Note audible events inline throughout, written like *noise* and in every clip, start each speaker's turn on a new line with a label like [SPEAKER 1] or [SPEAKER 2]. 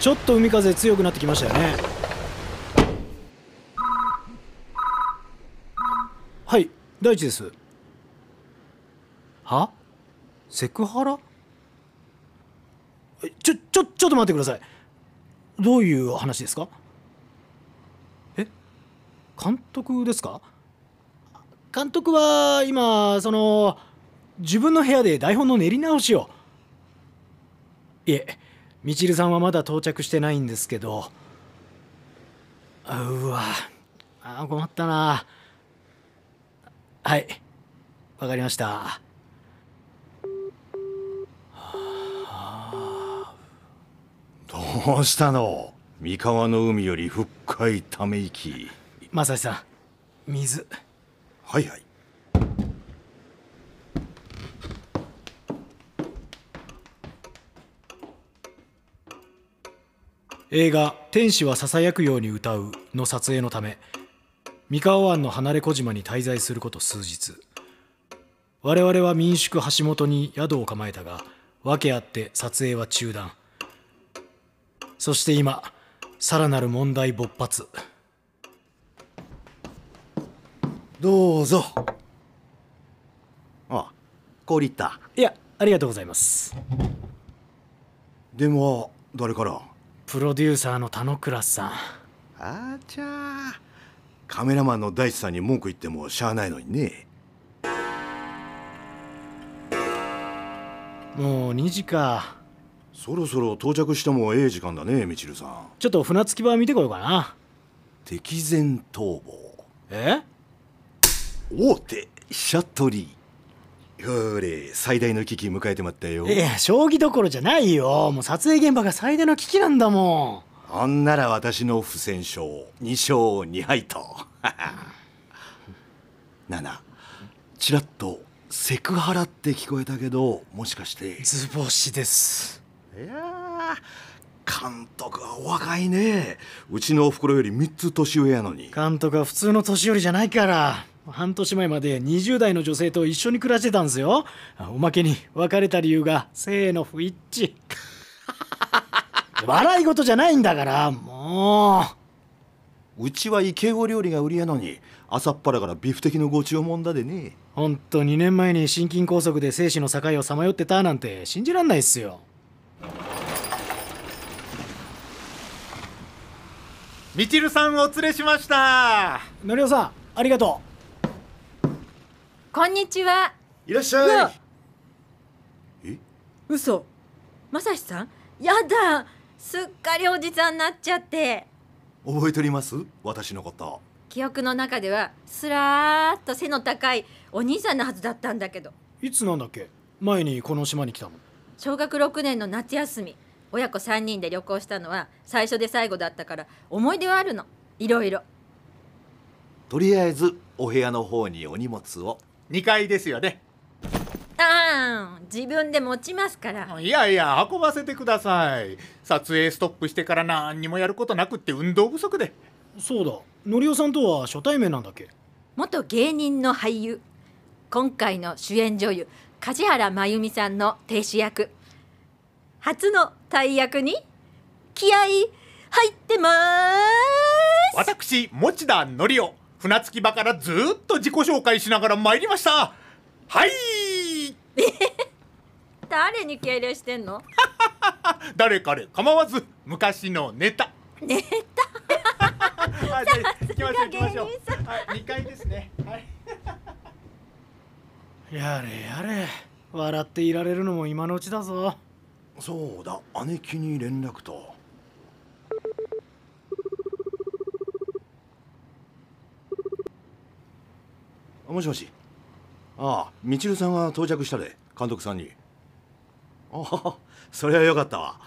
[SPEAKER 1] ちょっと海風強くなってきましたよねはい大地ですはセクハラえちょちょちょっと待ってくださいどういう話ですかえ監督ですか監督は今その自分の部屋で台本の練り直しをいえみちるさんはまだ到着してないんですけどあうわあ困ったなはいわかりましたは
[SPEAKER 2] どうしたの三河の海より深いため息
[SPEAKER 1] まさしさん水
[SPEAKER 2] はいはい
[SPEAKER 1] 映画「天使はささやくように歌う」の撮影のため三河湾の離れ小島に滞在すること数日我々は民宿橋本に宿を構えたが訳あって撮影は中断そして今さらなる問題勃発
[SPEAKER 2] どうぞあ氷いった
[SPEAKER 1] いやありがとうございます
[SPEAKER 2] 電話誰から
[SPEAKER 1] プロデューサーの田之倉さん
[SPEAKER 2] あちゃカメラマンの大地さんに文句言ってもしゃあないのにね
[SPEAKER 1] もう2時か
[SPEAKER 2] そろそろ到着してもええ時間だねみちるさん
[SPEAKER 1] ちょっと船着き場見てこようかな
[SPEAKER 2] 敵前逃亡
[SPEAKER 1] え
[SPEAKER 2] 大手シャトリーほれ最大の危機迎えてまったよ
[SPEAKER 1] いや将棋どころじゃないよもう撮影現場が最大の危機なんだもん
[SPEAKER 2] あんなら私の不戦勝2勝2敗と *laughs* 7ちらっとセクハラって聞こえたけどもしかしてい
[SPEAKER 1] 図星です
[SPEAKER 2] やー監督はお若いねうちのおふくろより3つ年上やのに
[SPEAKER 1] 監督は普通の年寄りじゃないから半年前まで20代の女性と一緒に暮らしてたんですよあおまけに別れた理由が性の不一致笑い事じゃないんだからも
[SPEAKER 2] うちはイケオ料理が売りやのに朝っぱらからビフテキのご注文だでね
[SPEAKER 1] うほんと2年前に心筋梗塞で生死の境をさまよってたなんて信じらんないっすよ
[SPEAKER 3] みちるさんお連れしました
[SPEAKER 1] のりおさんありがと
[SPEAKER 4] こんにちはい
[SPEAKER 2] らっし
[SPEAKER 4] うわ
[SPEAKER 2] え
[SPEAKER 4] 嘘まさしさんやだすっかりおじさんになっちゃって
[SPEAKER 2] 覚えております私のこと
[SPEAKER 4] 記憶の中ではすらーっと背の高いお兄さんのはずだったんだけど
[SPEAKER 1] ういつなんだっけ前にこの島に来たの
[SPEAKER 4] 小学6年の夏休み親子3人で旅行したのは最初で最後だったから思い出はあるのいろいろ
[SPEAKER 2] とりあえずお部屋の方にお荷物を
[SPEAKER 3] 2階ですよね
[SPEAKER 4] あーん自分で持ちますから
[SPEAKER 3] いやいや運ばせてください撮影ストップしてから何にもやることなくって運動不足で
[SPEAKER 1] そうだのりおさんとは初対面なんだっけ
[SPEAKER 4] 元芸人の俳優今回の主演女優梶原真由美さんの亭主役初の大役に気合い入ってまーす
[SPEAKER 3] 私持田のりお船着き場からずーっと自己紹介しながら参りましたはい
[SPEAKER 4] 誰に敬礼してんの
[SPEAKER 3] 誰彼構わず昔のネタ
[SPEAKER 4] ネタ
[SPEAKER 3] *laughs* あじゃあ行きましょう行きましょう
[SPEAKER 4] 芸
[SPEAKER 3] はい2階ですねはい
[SPEAKER 1] やれやれ笑っていられるのも今のうちだぞ
[SPEAKER 2] そうだ姉貴に連絡とあもしもしああみちるさんが到着したで監督さんにああそりゃよかったわ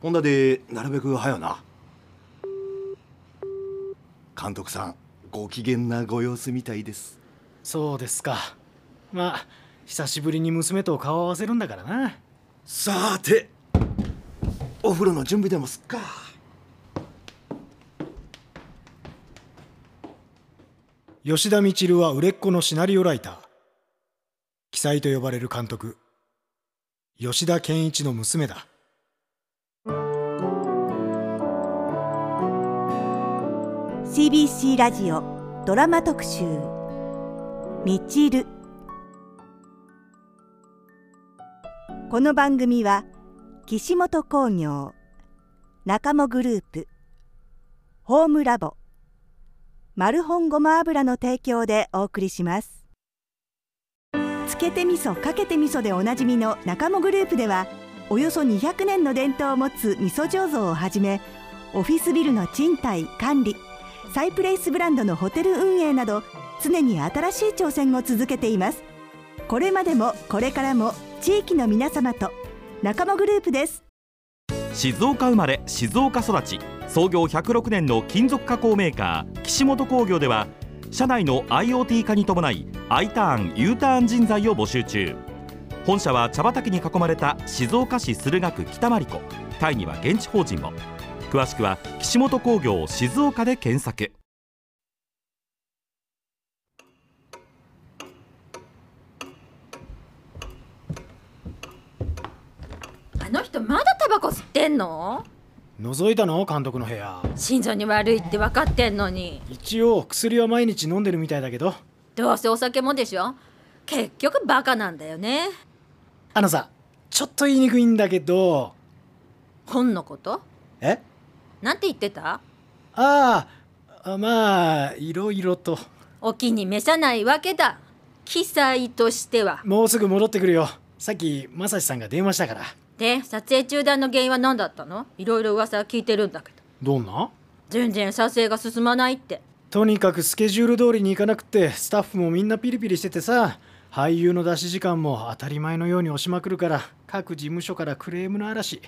[SPEAKER 2] ほんだでなるべく早うな監督さんご機嫌なご様子みたいです
[SPEAKER 1] そうですかまあ久しぶりに娘と顔を合わせるんだからな
[SPEAKER 2] さてお風呂の準備でもすっか
[SPEAKER 1] 吉田みちるは売れっ子のシナリオライター奇才と呼ばれる監督吉田健一の娘だ
[SPEAKER 5] CBC ラジオドラマ特集みちるこの番組は岸本興業中もグループホームラボマルホンごま油の提供でお送りしますつけて味噌かけて味噌でおなじみの中もグループではおよそ200年の伝統を持つ味噌醸造をはじめオフィスビルの賃貸管理サイプレイスブランドのホテル運営など常に新しい挑戦を続けていますこれまでもこれからも地域の皆様と仲間グループです
[SPEAKER 6] 静岡生まれ静岡育ち創業106年の金属加工メーカー岸本工業では社内の IoT 化に伴い I ターン U ターン人材を募集中本社は茶畑に囲まれた静岡市駿河区北真理子タイには現地法人を詳しくは岸本工業静岡で検索
[SPEAKER 4] あの人まだタバコ吸ってんの
[SPEAKER 1] 覗いたの監督の部屋
[SPEAKER 4] 心臓に悪いって分かってんのに
[SPEAKER 1] 一応薬は毎日飲んでるみたいだけど
[SPEAKER 4] どうせお酒もでしょ結局バカなんだよね
[SPEAKER 1] あのさちょっと言いにくいんだけど
[SPEAKER 4] 本のこと
[SPEAKER 1] え
[SPEAKER 4] なんて言ってた
[SPEAKER 1] あああまあいろいろと
[SPEAKER 4] お気に召さないわけだ記載としては
[SPEAKER 1] もうすぐ戻ってくるよさっきまさしさんが電話したから
[SPEAKER 4] で撮影中断の原因は何だったのいろいろ噂は聞いてるんだけど
[SPEAKER 1] どんな
[SPEAKER 4] 全然撮影が進まないって
[SPEAKER 1] とにかくスケジュール通りに行かなくてスタッフもみんなピリピリしててさ俳優の出し時間も当たり前のように押しまくるから各事務所からクレームの嵐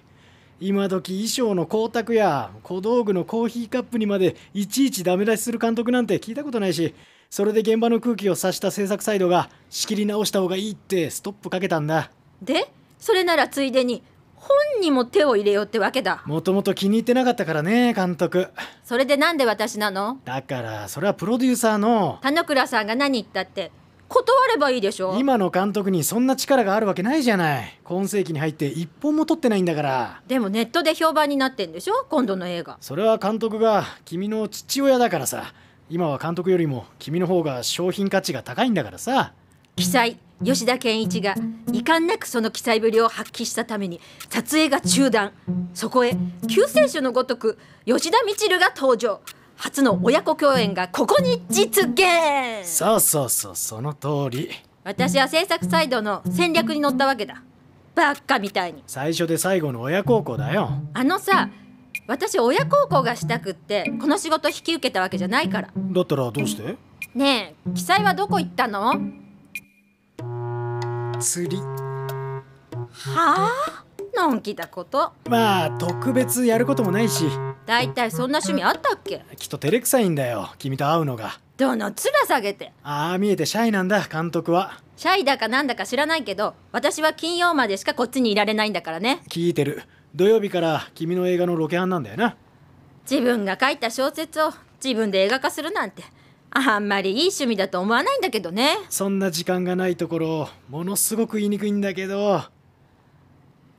[SPEAKER 1] 今時衣装の光沢や小道具のコーヒーカップにまでいちいちダメ出しする監督なんて聞いたことないしそれで現場の空気を察した制作サイドが仕切り直した方がいいってストップかけたんだ
[SPEAKER 4] でそれならついでに本にも手を入れようってわけだ
[SPEAKER 1] もともと気に入ってなかったからね監督
[SPEAKER 4] それでなんで私なの
[SPEAKER 1] だからそれはプロデューサーの
[SPEAKER 4] 田之倉さんが何言ったって断ればいいでしょ
[SPEAKER 1] 今の監督にそんな力があるわけないじゃない今世紀に入って一本も取ってないんだから
[SPEAKER 4] でもネットで評判になってんでしょ今度の映画
[SPEAKER 1] それは監督が君の父親だからさ今は監督よりも君の方が商品価値が高いんだからさ
[SPEAKER 4] 記載吉田健一が遺憾なくその記載ぶりを発揮したために撮影が中断そこへ救世主のごとく吉田みちるが登場初の親子共演がここに実現
[SPEAKER 1] そうそうそうその通り
[SPEAKER 4] 私は制作サイドの戦略に乗ったわけだバッカみたいに
[SPEAKER 1] 最初で最後の親孝行だよ
[SPEAKER 4] あのさ私親孝行がしたくってこの仕事引き受けたわけじゃないから
[SPEAKER 1] だったらどうして
[SPEAKER 4] ねえ記載はどこ行ったのは
[SPEAKER 1] 釣り
[SPEAKER 4] あのんきだこと
[SPEAKER 1] まあ特別やることもないし
[SPEAKER 4] だいたいそんな趣味あったっけ
[SPEAKER 1] きっと照れくさいんだよ君と会うのが
[SPEAKER 4] どの面下げて
[SPEAKER 1] ああ見えてシャイなんだ監督は
[SPEAKER 4] シャイだかなんだか知らないけど私は金曜までしかこっちにいられないんだからね
[SPEAKER 1] 聞いてる土曜日から君の映画のロケハンなんだよな
[SPEAKER 4] 自分が書いた小説を自分で映画化するなんてあんまりいい趣味だと思わないんだけどね
[SPEAKER 1] そんな時間がないところものすごく言いにくいんだけど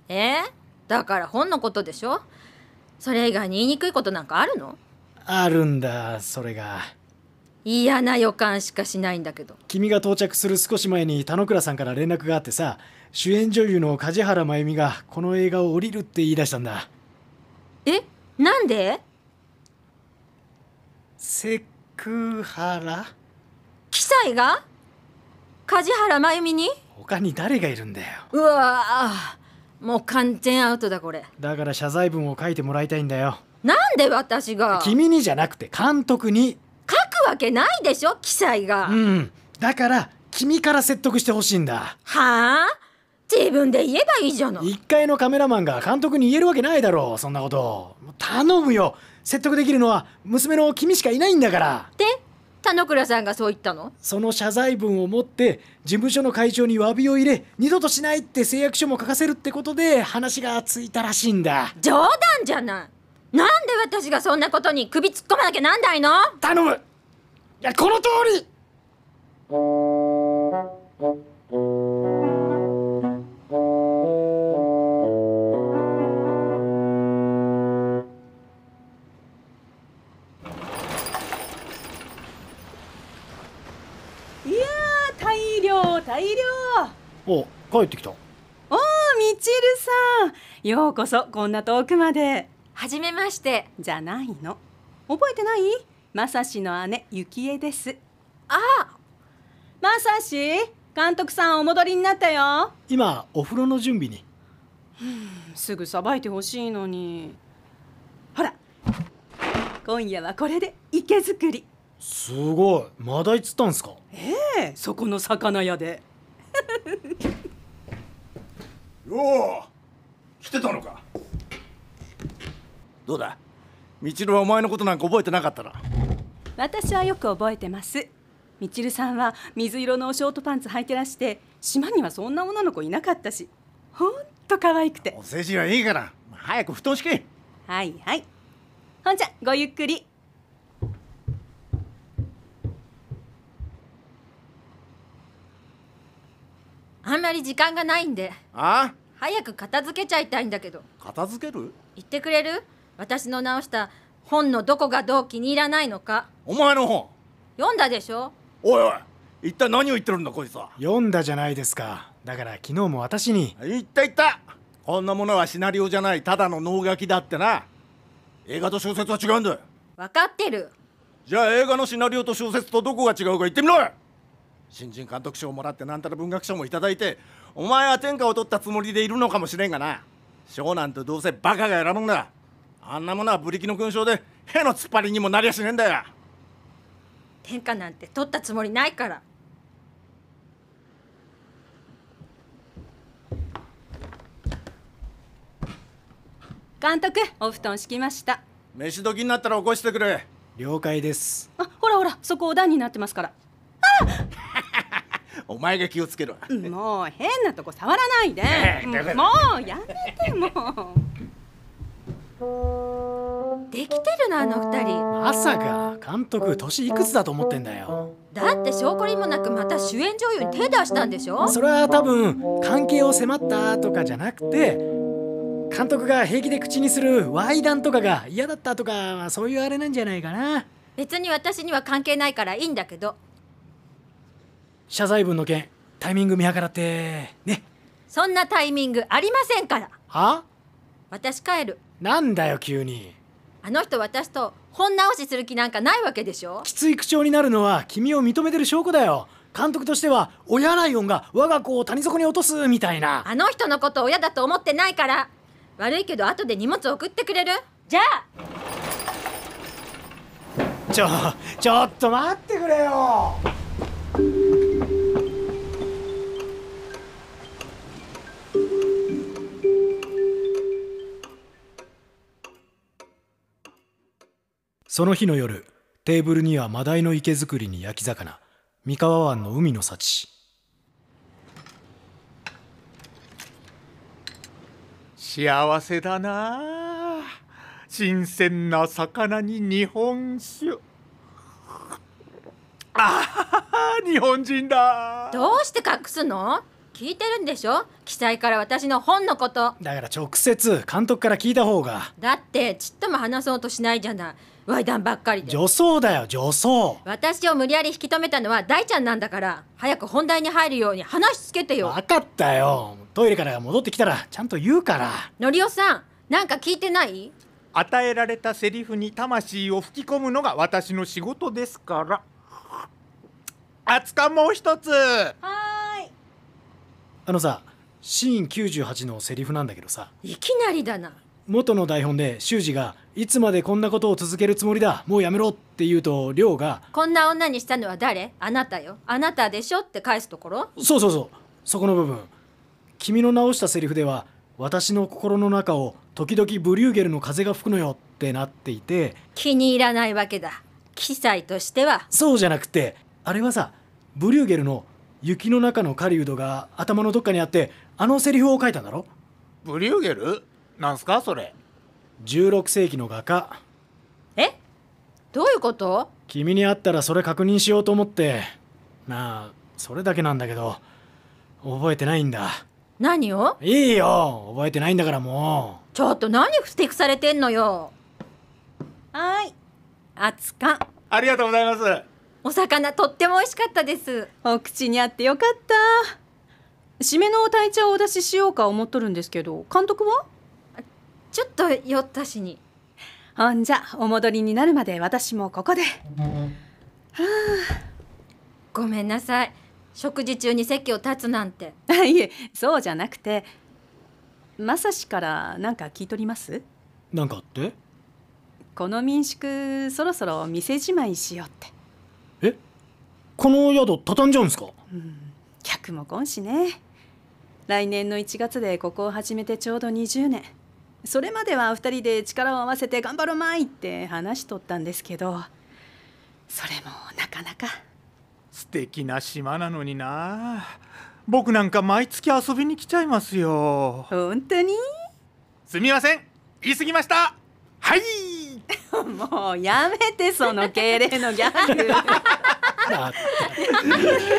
[SPEAKER 4] えー、だから本のことでしょそれ以外に言いにくいことなんかあるの
[SPEAKER 1] あるんだそれが
[SPEAKER 4] 嫌な予感しかしないんだけど
[SPEAKER 1] 君が到着する少し前に田之倉さんから連絡があってさ主演女優の梶原真由美がこの映画を降りるって言い出したんだ
[SPEAKER 4] えなんで
[SPEAKER 1] セクハラ
[SPEAKER 4] 記載が梶原真由美に
[SPEAKER 1] 他に誰がいるんだよ
[SPEAKER 4] うわあもう完全アウトだこれ
[SPEAKER 1] だから謝罪文を書いてもらいたいんだよ
[SPEAKER 4] なんで私が書く
[SPEAKER 1] 君にじゃなくて監督に
[SPEAKER 4] わけないでしょ記載が、
[SPEAKER 1] うんだから君から説得してほしいんだ
[SPEAKER 4] はあ自分で言えばいいじゃない
[SPEAKER 1] 一階のカメラマンが監督に言えるわけないだろうそんなこと頼むよ説得できるのは娘の君しかいないんだから
[SPEAKER 4] で田之倉さんがそう言ったの
[SPEAKER 1] その謝罪文を持って事務所の会長に詫びを入れ二度としないって誓約書も書かせるってことで話がついたらしいんだ
[SPEAKER 4] 冗談じゃないなんで私がそんなことに首突っ込まなきゃなんないの
[SPEAKER 1] 頼むいやこの通り
[SPEAKER 7] いやー大量大量あ
[SPEAKER 1] お帰ってきた
[SPEAKER 7] みちるさんようこそこんな遠くまで
[SPEAKER 4] はじめまして
[SPEAKER 7] じゃないの覚えてないまさしの姉ゆきえです
[SPEAKER 4] あ
[SPEAKER 7] まさし監督さんお戻りになったよ
[SPEAKER 1] 今お風呂の準備に
[SPEAKER 7] すぐさばいてほしいのにほら今夜はこれで池作り
[SPEAKER 1] すごいマダイ釣ったんすか
[SPEAKER 7] ええそこの魚屋で
[SPEAKER 8] よう来てたのか
[SPEAKER 9] どうだみちるはお前のことなんか覚えてなかったな
[SPEAKER 7] 私はよく覚えてますみちるさんは水色のショートパンツ履いてらして島にはそんな女の子いなかったしほんと可愛くて
[SPEAKER 8] お世辞はいいから早く布団敷け
[SPEAKER 7] はいはいほんじゃごゆっくり
[SPEAKER 4] あんまり時間がないんで
[SPEAKER 8] あ
[SPEAKER 4] 早く片付けちゃいたいんだけど
[SPEAKER 8] 片付ける
[SPEAKER 4] 言ってくれる私の直した本のどこがどう気に入らないのか
[SPEAKER 8] お前の本
[SPEAKER 4] 読んだでしょ
[SPEAKER 8] おいおい一体何を言ってるんだこいつは
[SPEAKER 1] 読んだじゃないですかだから昨日も私に
[SPEAKER 8] 言った言ったこんなものはシナリオじゃないただの脳書きだってな映画と小説は違うんだよ
[SPEAKER 4] 分かってる
[SPEAKER 8] じゃあ映画のシナリオと小説とどこが違うか言ってみろ新人監督賞をもらってなんたら文学賞もいただいてお前は天下を取ったつもりでいるのかもしれんがな賞なんてどうせバカが選ぶんだあんなものはブリキの勲章でへの突っ張りにもなりゃしねえんだよ
[SPEAKER 4] 天下なんて取ったつもりないから
[SPEAKER 7] 監督お布団敷きました
[SPEAKER 8] 飯時になったら起こしてくれ
[SPEAKER 1] 了解です
[SPEAKER 7] あほらほらそこお段になってますから
[SPEAKER 8] お前が気をつけろ
[SPEAKER 7] もう変なとこ触らないで
[SPEAKER 8] だから
[SPEAKER 7] もうやめてもう
[SPEAKER 4] できてるなあの二人
[SPEAKER 1] まさか監督年いくつだと思ってんだよ
[SPEAKER 4] だって証拠りもなくまた主演女優に手出したんでしょ
[SPEAKER 1] それは多分関係を迫ったとかじゃなくて監督が平気で口にする猥談とかが嫌だったとかそういうあれなんじゃないかな
[SPEAKER 4] 別に私には関係ないからいいんだけど
[SPEAKER 1] 謝罪文の件タイミング見計らってね
[SPEAKER 4] そんなタイミングありませんから
[SPEAKER 1] は
[SPEAKER 4] 私帰る
[SPEAKER 1] なんだよ急に
[SPEAKER 4] あの人私と本直しする気なんかないわけでしょ
[SPEAKER 1] きつい口調になるのは君を認めてる証拠だよ監督としては親ライオンが我が子を谷底に落とすみたいな
[SPEAKER 4] あの人のこと親だと思ってないから悪いけど後で荷物送ってくれるじゃあ
[SPEAKER 1] ちょちょっと待ってくれよその日の夜テーブルにはマダイの池作りに焼き魚三河湾の海の幸
[SPEAKER 8] 幸せだなあ新鮮な魚に日本酒ああ日本人だ
[SPEAKER 4] どうして隠すの聞いてるんでしょ記載から私の本のこと
[SPEAKER 1] だから直接監督から聞いた方が
[SPEAKER 4] だってちっとも話そうとしないじゃないワイダンばっかりで
[SPEAKER 1] 女装だよ女装
[SPEAKER 4] 私を無理やり引き止めたのは大ちゃんなんだから早く本題に入るように話つけてよ
[SPEAKER 1] 分かったよトイレから戻ってきたらちゃんと言うから
[SPEAKER 4] のりおさんなんか聞いてない
[SPEAKER 8] 与えられたセリフに魂を吹き込むのが私の仕事ですからあつかもう一つ
[SPEAKER 7] はーい
[SPEAKER 1] あのさシーン98のセリフなんだけどさ
[SPEAKER 4] いきなりだな
[SPEAKER 1] 元の台本で修二が「いつまでこんなことを続けるつもりだもうやめろ」って言うと亮が
[SPEAKER 4] こんな女にしたのは誰あなたよあなたでしょって返すところ
[SPEAKER 1] 「そうそうそうそこの部分君の直したセリフでは私の心の中を時々ブリューゲルの風が吹くのよ」ってなっていて
[SPEAKER 4] 気に入らないわけだ記載としては
[SPEAKER 1] そうじゃなくてあれはさブリューゲルの「雪の中の狩人」が頭のどっかにあってあのセリフを書いたんだろ
[SPEAKER 8] ブリューゲルなんすかそれ
[SPEAKER 1] 16世紀の画家
[SPEAKER 4] えどういうこと
[SPEAKER 1] 君に会ったらそれ確認しようと思ってなあそれだけなんだけど覚えてないんだ
[SPEAKER 4] 何を
[SPEAKER 1] いいよ覚えてないんだからも
[SPEAKER 4] ちょっと何ふてくされてんのよ
[SPEAKER 7] はーい
[SPEAKER 4] あつか
[SPEAKER 8] ありがとうございます
[SPEAKER 4] 教お魚とっても美味しかったです
[SPEAKER 7] お口に合ってよかった締めのお鯛茶をお出ししようか思っとるんですけど監督は
[SPEAKER 4] ちょっと酔ったしに
[SPEAKER 7] ほんじゃお戻りになるまで私もここで
[SPEAKER 4] ごめんなさい食事中に席を立つなんて
[SPEAKER 7] あ *laughs* いえそうじゃなくてまさしから何か聞いとります
[SPEAKER 1] なんかあって
[SPEAKER 7] この民宿そろそろ店じまいしようって
[SPEAKER 1] この宿畳んじゃうんですか
[SPEAKER 7] 客も来んしね来年の1月でここを始めてちょうど20年それまでは2人で力を合わせて頑張ろまいって話しとったんですけどそれもなかなか
[SPEAKER 8] 素敵な島なのにな僕なんか毎月遊びに来ちゃいますよ
[SPEAKER 7] 本当に
[SPEAKER 8] すみません言い過ぎましたはい
[SPEAKER 7] もうやめてその敬礼のギャ
[SPEAKER 3] *laughs*
[SPEAKER 7] グ
[SPEAKER 1] だって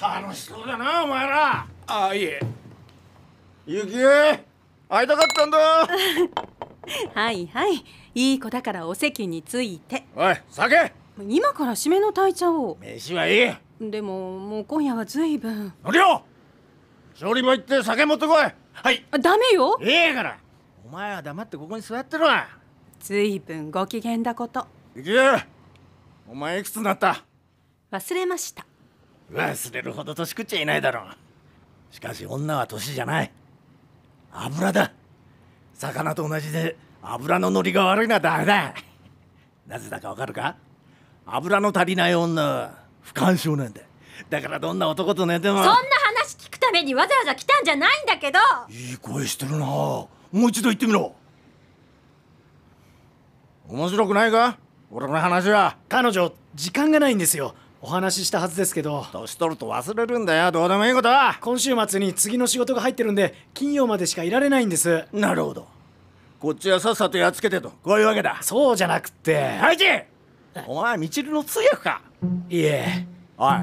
[SPEAKER 3] 楽しそうだなお前ら
[SPEAKER 8] あいえ
[SPEAKER 3] ゆき会いたかったんだ
[SPEAKER 7] はいはいいい子だからお席について
[SPEAKER 3] おい酒
[SPEAKER 7] 今から締めの鯛茶を
[SPEAKER 3] 飯はいい
[SPEAKER 7] でももう今夜は随分
[SPEAKER 3] 乗りよ調理場行って酒持ってこいはい
[SPEAKER 7] あダメよ
[SPEAKER 3] いいからお前は黙ってここに座ってろ
[SPEAKER 7] 随分ご機嫌だこと
[SPEAKER 3] ゆきお前いくつになった
[SPEAKER 7] 忘れました
[SPEAKER 3] 忘れるほど年食っちゃいないだろうしかし女は年じゃない油だ魚と同じで油の乗りが悪いのはダメだなぜだかわかるか油の足りない女は不干渉なんだだからどんな男と寝て
[SPEAKER 4] そ
[SPEAKER 3] も
[SPEAKER 4] んな話聞くためにわざわざ来たんじゃないんだけど
[SPEAKER 3] いい声してるなもう一度言ってみろ面白くないか俺の話は
[SPEAKER 1] 彼女時間がないんですよお話ししたはずですけど
[SPEAKER 3] 年取ると忘れるんだよどうでもいいことは
[SPEAKER 1] 今週末に次の仕事が入ってるんで金曜までしかいられないんです
[SPEAKER 3] なるほどこっちはさっさとやっつけてとこういうわけだ
[SPEAKER 1] そうじゃなくて
[SPEAKER 3] ハイジお前みちるの通訳か
[SPEAKER 1] いえ
[SPEAKER 3] おい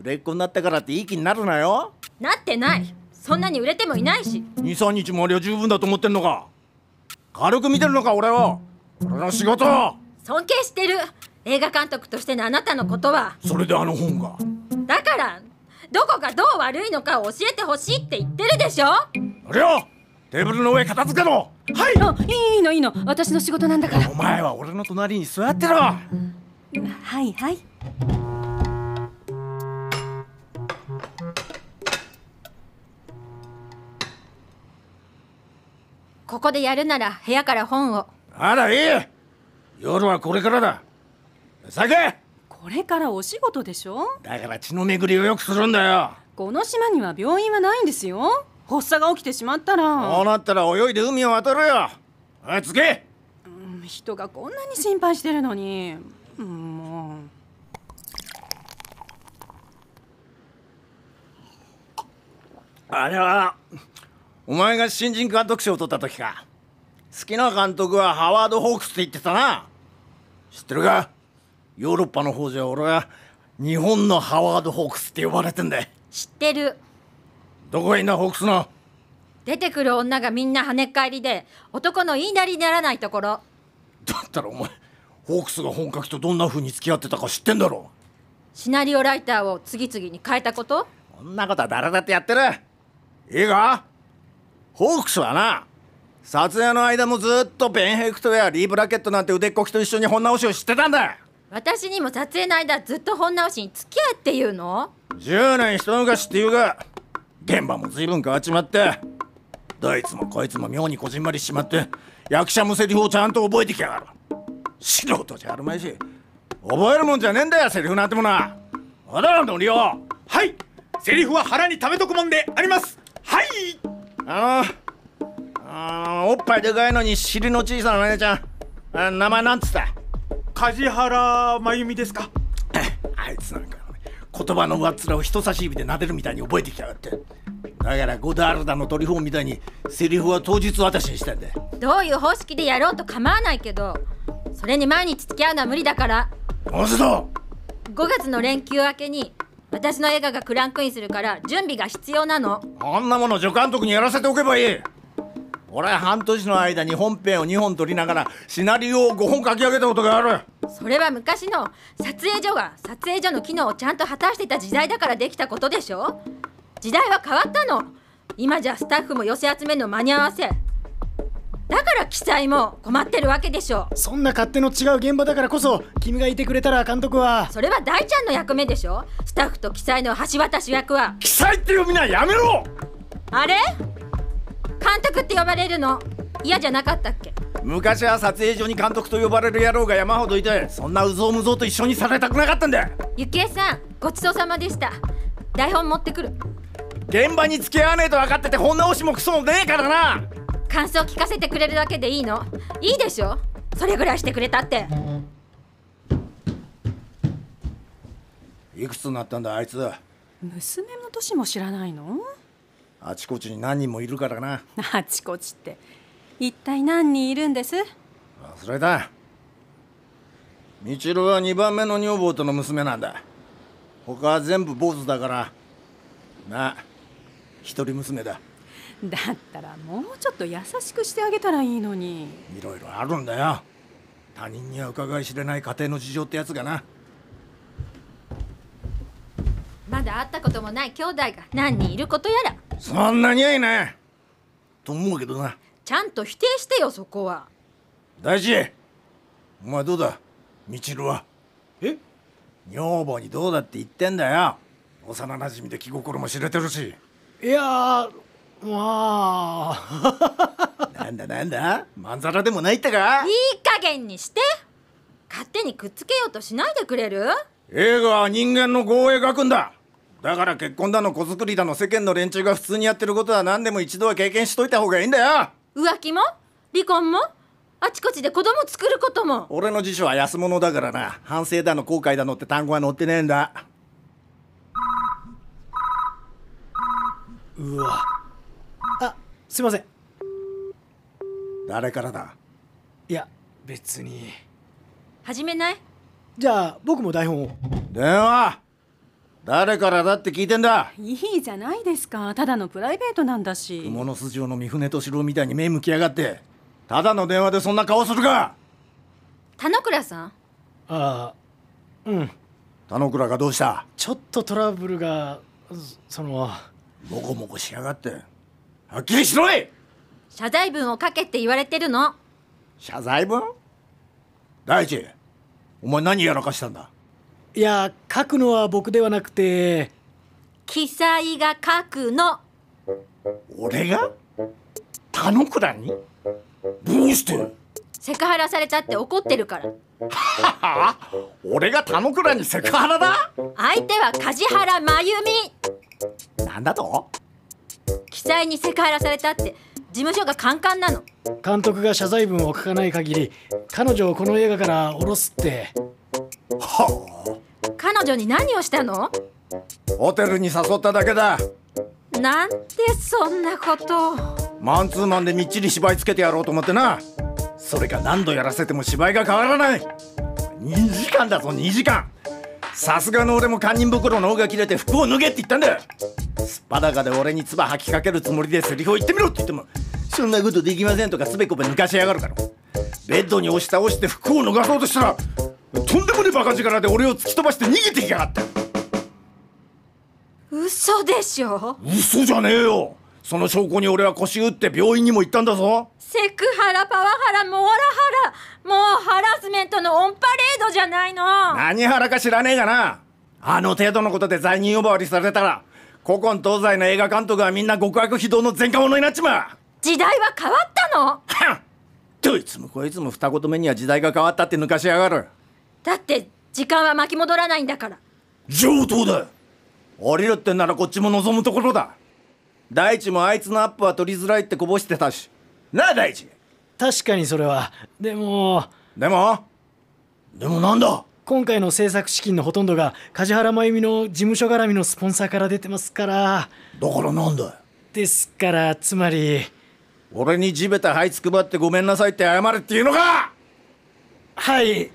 [SPEAKER 3] 売れっ子になったからっていい気になるなよ
[SPEAKER 4] なってないそんなに売れてもいないし
[SPEAKER 3] 23日もありゃ十分だと思ってんのか軽く見てるのか俺を俺の仕事を
[SPEAKER 4] 尊敬してる映画監督としてのあなたのことは
[SPEAKER 3] それであの本が
[SPEAKER 4] だからどこがどう悪いのかを教えてほしいって言ってるでしょ
[SPEAKER 3] あれよテーブルの上片付けろはい
[SPEAKER 7] あいいのいいの私の仕事なんだから
[SPEAKER 3] お前は俺の隣に座ってろ
[SPEAKER 7] はいはい
[SPEAKER 4] ここでやるなら部屋から本を
[SPEAKER 3] あらいい夜はこれからだ酒
[SPEAKER 7] これからお仕事でしょ
[SPEAKER 3] だから血の巡りをよくするんだよ
[SPEAKER 7] この島には病院はないんですよ発作が起きてしまった
[SPEAKER 3] こう
[SPEAKER 7] ら
[SPEAKER 3] なったら泳いで海を渡るよおいつけ
[SPEAKER 7] うん人がこんなに心配してるのにうんもう
[SPEAKER 3] あれはお前が新人監督賞を取った時か好きな監督はハワード・ホークスって言ってたな知ってるかヨーロッパの方じゃ俺は日本のハワード・ホークスって呼ばれてんだよ
[SPEAKER 4] 知ってる
[SPEAKER 3] どこがいいんだホークスの
[SPEAKER 4] 出てくる女がみんな跳ねっ返りで男の言いなりにならないところ
[SPEAKER 3] だったらお前ホークスが本書きとどんな風に付き合ってたか知ってんだろ
[SPEAKER 4] シナリオライターを次々に変えたこと
[SPEAKER 3] こんなことは誰だってやってるいいかホークスはな撮影の間もずっとベン・ヘクトやリー・ブラケットなんて腕っこきと一緒に本直しを知ってたんだ
[SPEAKER 4] 私にも撮影の間ずっと本直しに付き合うっていうの
[SPEAKER 3] 10年一昔っていうが現場も随分変わっちまってどいつもこいつも妙にこじんまりしちまって役者もセリフをちゃんと覚えてきやがる素人じゃあるまいし覚えるもんじゃねえんだよセリフなんてものはまだなんだ俺よ
[SPEAKER 8] はいセリフは腹に溜めとくもんでありますはい
[SPEAKER 3] あのあのおっぱいでかいのに尻の小さな姉ちゃんあ名前なんつった
[SPEAKER 8] 梶原真由美ですか
[SPEAKER 3] あいつなんか言葉の上っ面を人差し指で撫でるみたいに覚えてきやがってだからゴダールダのトリフォンみたいにセリフは当日渡しにしたんだよ
[SPEAKER 4] どういう方式でやろうと構わないけどそれに毎日付き合うのは無理だから
[SPEAKER 3] どうせだ
[SPEAKER 4] 5月の連休明けに私の映画がクランクインするから準備が必要なの
[SPEAKER 3] あんなもの助監督にやらせておけばいい俺は半年の間に本編を2本撮りながらシナリオを5本書き上げたことがある
[SPEAKER 4] それは昔の撮影所が撮影所の機能をちゃんと果たしてた時代だからできたことでしょ時代は変わったの今じゃスタッフも寄せ集めの間に合わせだから記載も困ってるわけでしょ
[SPEAKER 1] そんな勝手の違う現場だからこそ君がいてくれたら監督は
[SPEAKER 4] それは大ちゃんの役目でしょスタッフと記載の橋渡し役は
[SPEAKER 3] 記載って呼びなやめろ
[SPEAKER 4] あれ監督って呼ばれるの嫌じゃなかったっけ
[SPEAKER 3] 昔は撮影所に監督と呼ばれる野郎が山ほどいてそんなうぞうむぞうと一緒にされたくなかったんだ
[SPEAKER 4] ゆきえさんごちそうさまでした台本持ってくる
[SPEAKER 3] 現場に付き合わねえと分かってて本直しもクソもねえからな
[SPEAKER 4] 感想聞かせてくれるだけでいいのいいでしょそれぐらいしてくれたって
[SPEAKER 3] いくつになったんだあいつ
[SPEAKER 7] 娘の年も知らないの
[SPEAKER 3] あちこちに何人もいるからな
[SPEAKER 7] あちこちって一体何人いるんです
[SPEAKER 3] 忘れたみちるは2番目の女房との娘なんだ他は全部坊主だからなあ一人娘だ
[SPEAKER 7] だったらもうちょっと優しくしてあげたらいいのに
[SPEAKER 3] いろいろあるんだよ他人には伺い知れない家庭の事情ってやつがな
[SPEAKER 4] まだ会ったこともない兄弟が何人いることやら
[SPEAKER 3] そんなにはいいねと思うけどな
[SPEAKER 4] ちゃんと否定してよそこは
[SPEAKER 3] 大地お前どうだみちるは
[SPEAKER 1] え
[SPEAKER 3] 女房にどうだって言ってんだよ幼なじみで気心も知れてるし
[SPEAKER 1] いやーまあ
[SPEAKER 3] *laughs* なんだなんだまんざらでもないってか
[SPEAKER 4] いい加減にして勝手にくっつけようとしないでくれる
[SPEAKER 3] 映画は人間の業を描くんだだから結婚だの子作りだの世間の連中が普通にやってることは何でも一度は経験しといた方がいいんだよ
[SPEAKER 4] 浮気も離婚もあちこちで子供作ることも
[SPEAKER 3] 俺の辞書は安物だからな反省だの後悔だのって単語は載ってねえんだ
[SPEAKER 1] うわあすいません
[SPEAKER 3] 誰からだ
[SPEAKER 1] いや別に
[SPEAKER 4] 始めない
[SPEAKER 1] じゃあ僕も台本を
[SPEAKER 3] 電話誰からだって聞いてんだ
[SPEAKER 7] いいじゃないですかただのプライベートなんだし
[SPEAKER 3] 雲の筋をの三船敏郎みたいに目向きやがってただの電話でそんな顔するか
[SPEAKER 4] 田之倉さん
[SPEAKER 1] ああうん
[SPEAKER 3] 田之倉がどうした
[SPEAKER 1] ちょっとトラブルがそその
[SPEAKER 3] モコモコしやがってはっきりしろい
[SPEAKER 4] 謝罪文を書けって言われてるの
[SPEAKER 3] 謝罪文大地お前何やらかしたんだ
[SPEAKER 1] いや書くのは僕ではなくて
[SPEAKER 4] 記載が書くの
[SPEAKER 3] 俺が田之倉にどうして
[SPEAKER 4] セクハラされちゃって怒ってるから
[SPEAKER 3] ああ *laughs* 俺が田之倉にセクハラだ
[SPEAKER 4] 相手は梶原真由美
[SPEAKER 3] なんだと
[SPEAKER 4] 記載にセクハラされたって事務所がカンカンなの
[SPEAKER 1] 監督が謝罪文を書かない限り彼女をこの映画から降ろすって
[SPEAKER 3] は
[SPEAKER 4] 彼女に何をしたの
[SPEAKER 3] あホテルに誘っただけだ
[SPEAKER 4] なんでそんなことを
[SPEAKER 3] マンツーマンでみっちり芝居つけてやろうと思ってなそれが何度やらせても芝居が変わらない2時間だぞ2時間さすがの俺も堪忍袋の緒が切れて服を脱げって言ったんだすっぱだかで俺に唾吐きかけるつもりでセリフを言ってみろって言ってもそんなことできませんとかすべこべ抜かしやがるからベッドに押し倒して服を脱がそうとしたらとんでもねえバカ力で俺を突き飛ばして逃げてきやがった
[SPEAKER 4] 嘘でしょ
[SPEAKER 3] 嘘じゃねえよその証拠に俺は腰打って病院にも行ったんだぞ
[SPEAKER 4] セクハラパワハラモラハラもうハラスメントのオンパレードじゃないの
[SPEAKER 3] 何腹か知らねえがなあの程度のことで罪人呼ばわりされたら古今東西の映画監督はみんな極悪非道の前科者になっちま
[SPEAKER 4] 時代は変わったの
[SPEAKER 3] うはっどいつもこいつも二言目には時代が変わったって抜かしやがる
[SPEAKER 4] だって時間は巻き戻らないんだから
[SPEAKER 3] 上等だ降りるってんならこっちも望むところだ大地もあいつのアップは取りづらいってこぼしてたしなあ大地
[SPEAKER 1] 確かにそれはでも
[SPEAKER 3] でもでもなんだ
[SPEAKER 1] 今回の制作資金のほとんどが梶原真由美の事務所絡みのスポンサーから出てますから
[SPEAKER 3] だからなんだ
[SPEAKER 1] ですからつまり
[SPEAKER 3] 俺に地べた這いつくばってごめんなさいって謝れっていうのか
[SPEAKER 1] はい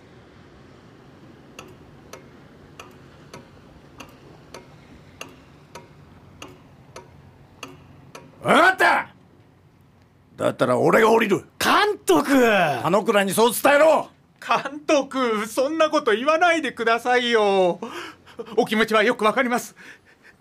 [SPEAKER 3] 分かっただったら俺が降りる
[SPEAKER 1] 監督
[SPEAKER 3] あのくらいにそう伝えろ
[SPEAKER 8] 監督そんなこと言わないでくださいよお気持ちはよくわかります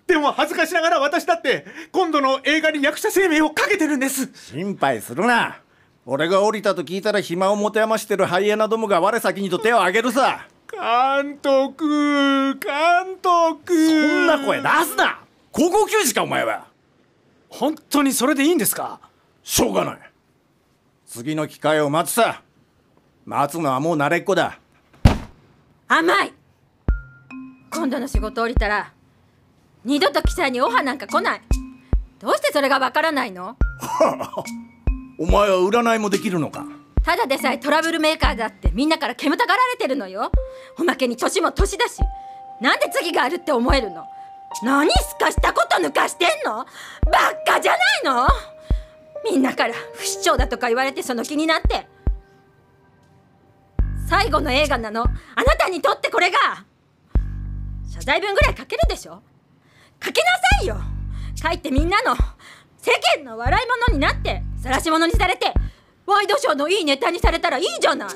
[SPEAKER 8] でも恥ずかしながら私だって今度の映画に役者生命をかけてるんです
[SPEAKER 3] 心配するな俺が降りたと聞いたら暇を持て余してるハイエナどもが我先にと手を挙げるさ
[SPEAKER 8] 監督監督
[SPEAKER 3] そんな声出すな高校球児かお前は
[SPEAKER 1] 本当にそれでいいんですか
[SPEAKER 3] しょうがない次の機会を待つさ待つのはもう慣れっこだ
[SPEAKER 4] 甘い今度の仕事降りたら二度と記者にオファーなんか来ないどうしてそれがわからないの
[SPEAKER 3] *laughs* お前は占いもできるのか
[SPEAKER 4] ただでさえトラブルメーカーだってみんなから煙たがられてるのよおまけに年も年だしなんで次があるって思えるの何すかしたこと抜かしてんのばっかじゃないのみんなから不死鳥だとか言われてその気になって最後の映画なのあなたにとってこれが謝罪文ぐらい書けるでしょ書きなさいよ書いてみんなの世間の笑い者になって晒し者にされてワイドショーのいいネタにされたらいいじゃない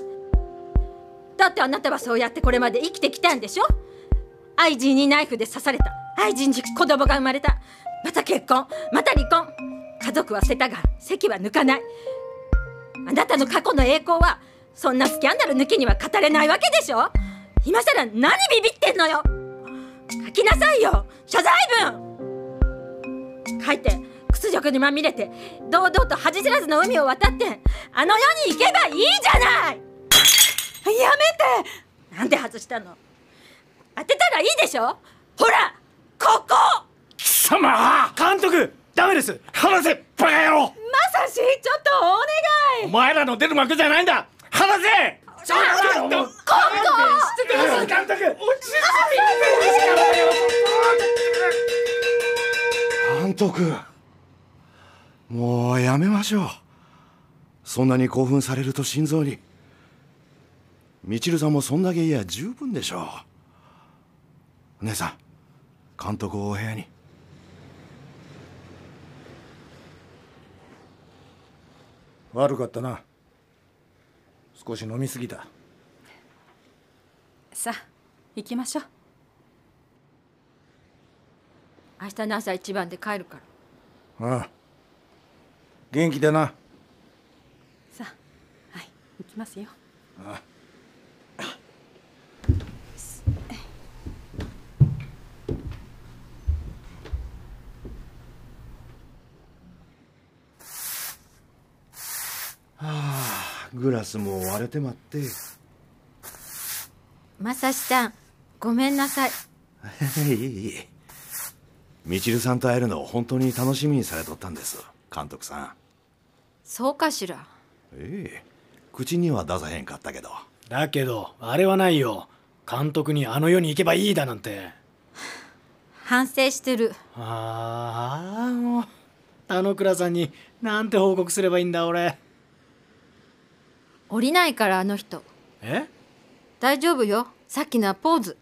[SPEAKER 4] だってあなたはそうやってこれまで生きてきたんでしょ愛人にナイフで刺された愛人に子供が生まれたまた結婚また離婚家族は捨てたが席は抜かないあなたの過去の栄光はそんなスキャンダル抜きには語れないわけでしょ今さら何ビビってんのよ書きなさいよ謝罪文書いて屈辱にまみれて堂々と恥知らずの海を渡ってあの世に行けばいいじゃないやめてなんで外したの当てたらいいでしょほらここ
[SPEAKER 3] 貴様
[SPEAKER 1] 監督ダメです
[SPEAKER 3] 話せバカ野郎
[SPEAKER 4] まさしちょっとお願
[SPEAKER 3] お前らの出る幕じゃないんだ話せ
[SPEAKER 1] ちょっと
[SPEAKER 4] ここ
[SPEAKER 1] てください監督
[SPEAKER 2] 監督もうやめましょうそんなに興奮されると心臓にみちるさんもそんだけいや十分でしょう姉さん監督をお部屋に
[SPEAKER 3] 悪かったな少し飲みすぎた
[SPEAKER 7] さあ行きましょう
[SPEAKER 4] 明日の朝一番で帰るから
[SPEAKER 3] ああ元気でな
[SPEAKER 7] さあはい行きますよ
[SPEAKER 2] グラスも割れてま *laughs* って
[SPEAKER 4] まさしさんごめんなさい
[SPEAKER 2] いいいいみちるさんと会えるのを本当に楽しみにされとったんです監督さん
[SPEAKER 4] そうかしら
[SPEAKER 2] ええ口には出さへんかったけど
[SPEAKER 1] だけどあれはないよ監督にあの世に行けばいいだなんて
[SPEAKER 4] 反省してる
[SPEAKER 1] ああもう田之倉さんになんて報告すればいいんだ俺
[SPEAKER 4] 降りないからあの人
[SPEAKER 1] え
[SPEAKER 4] 大丈夫よさっきのはポーズ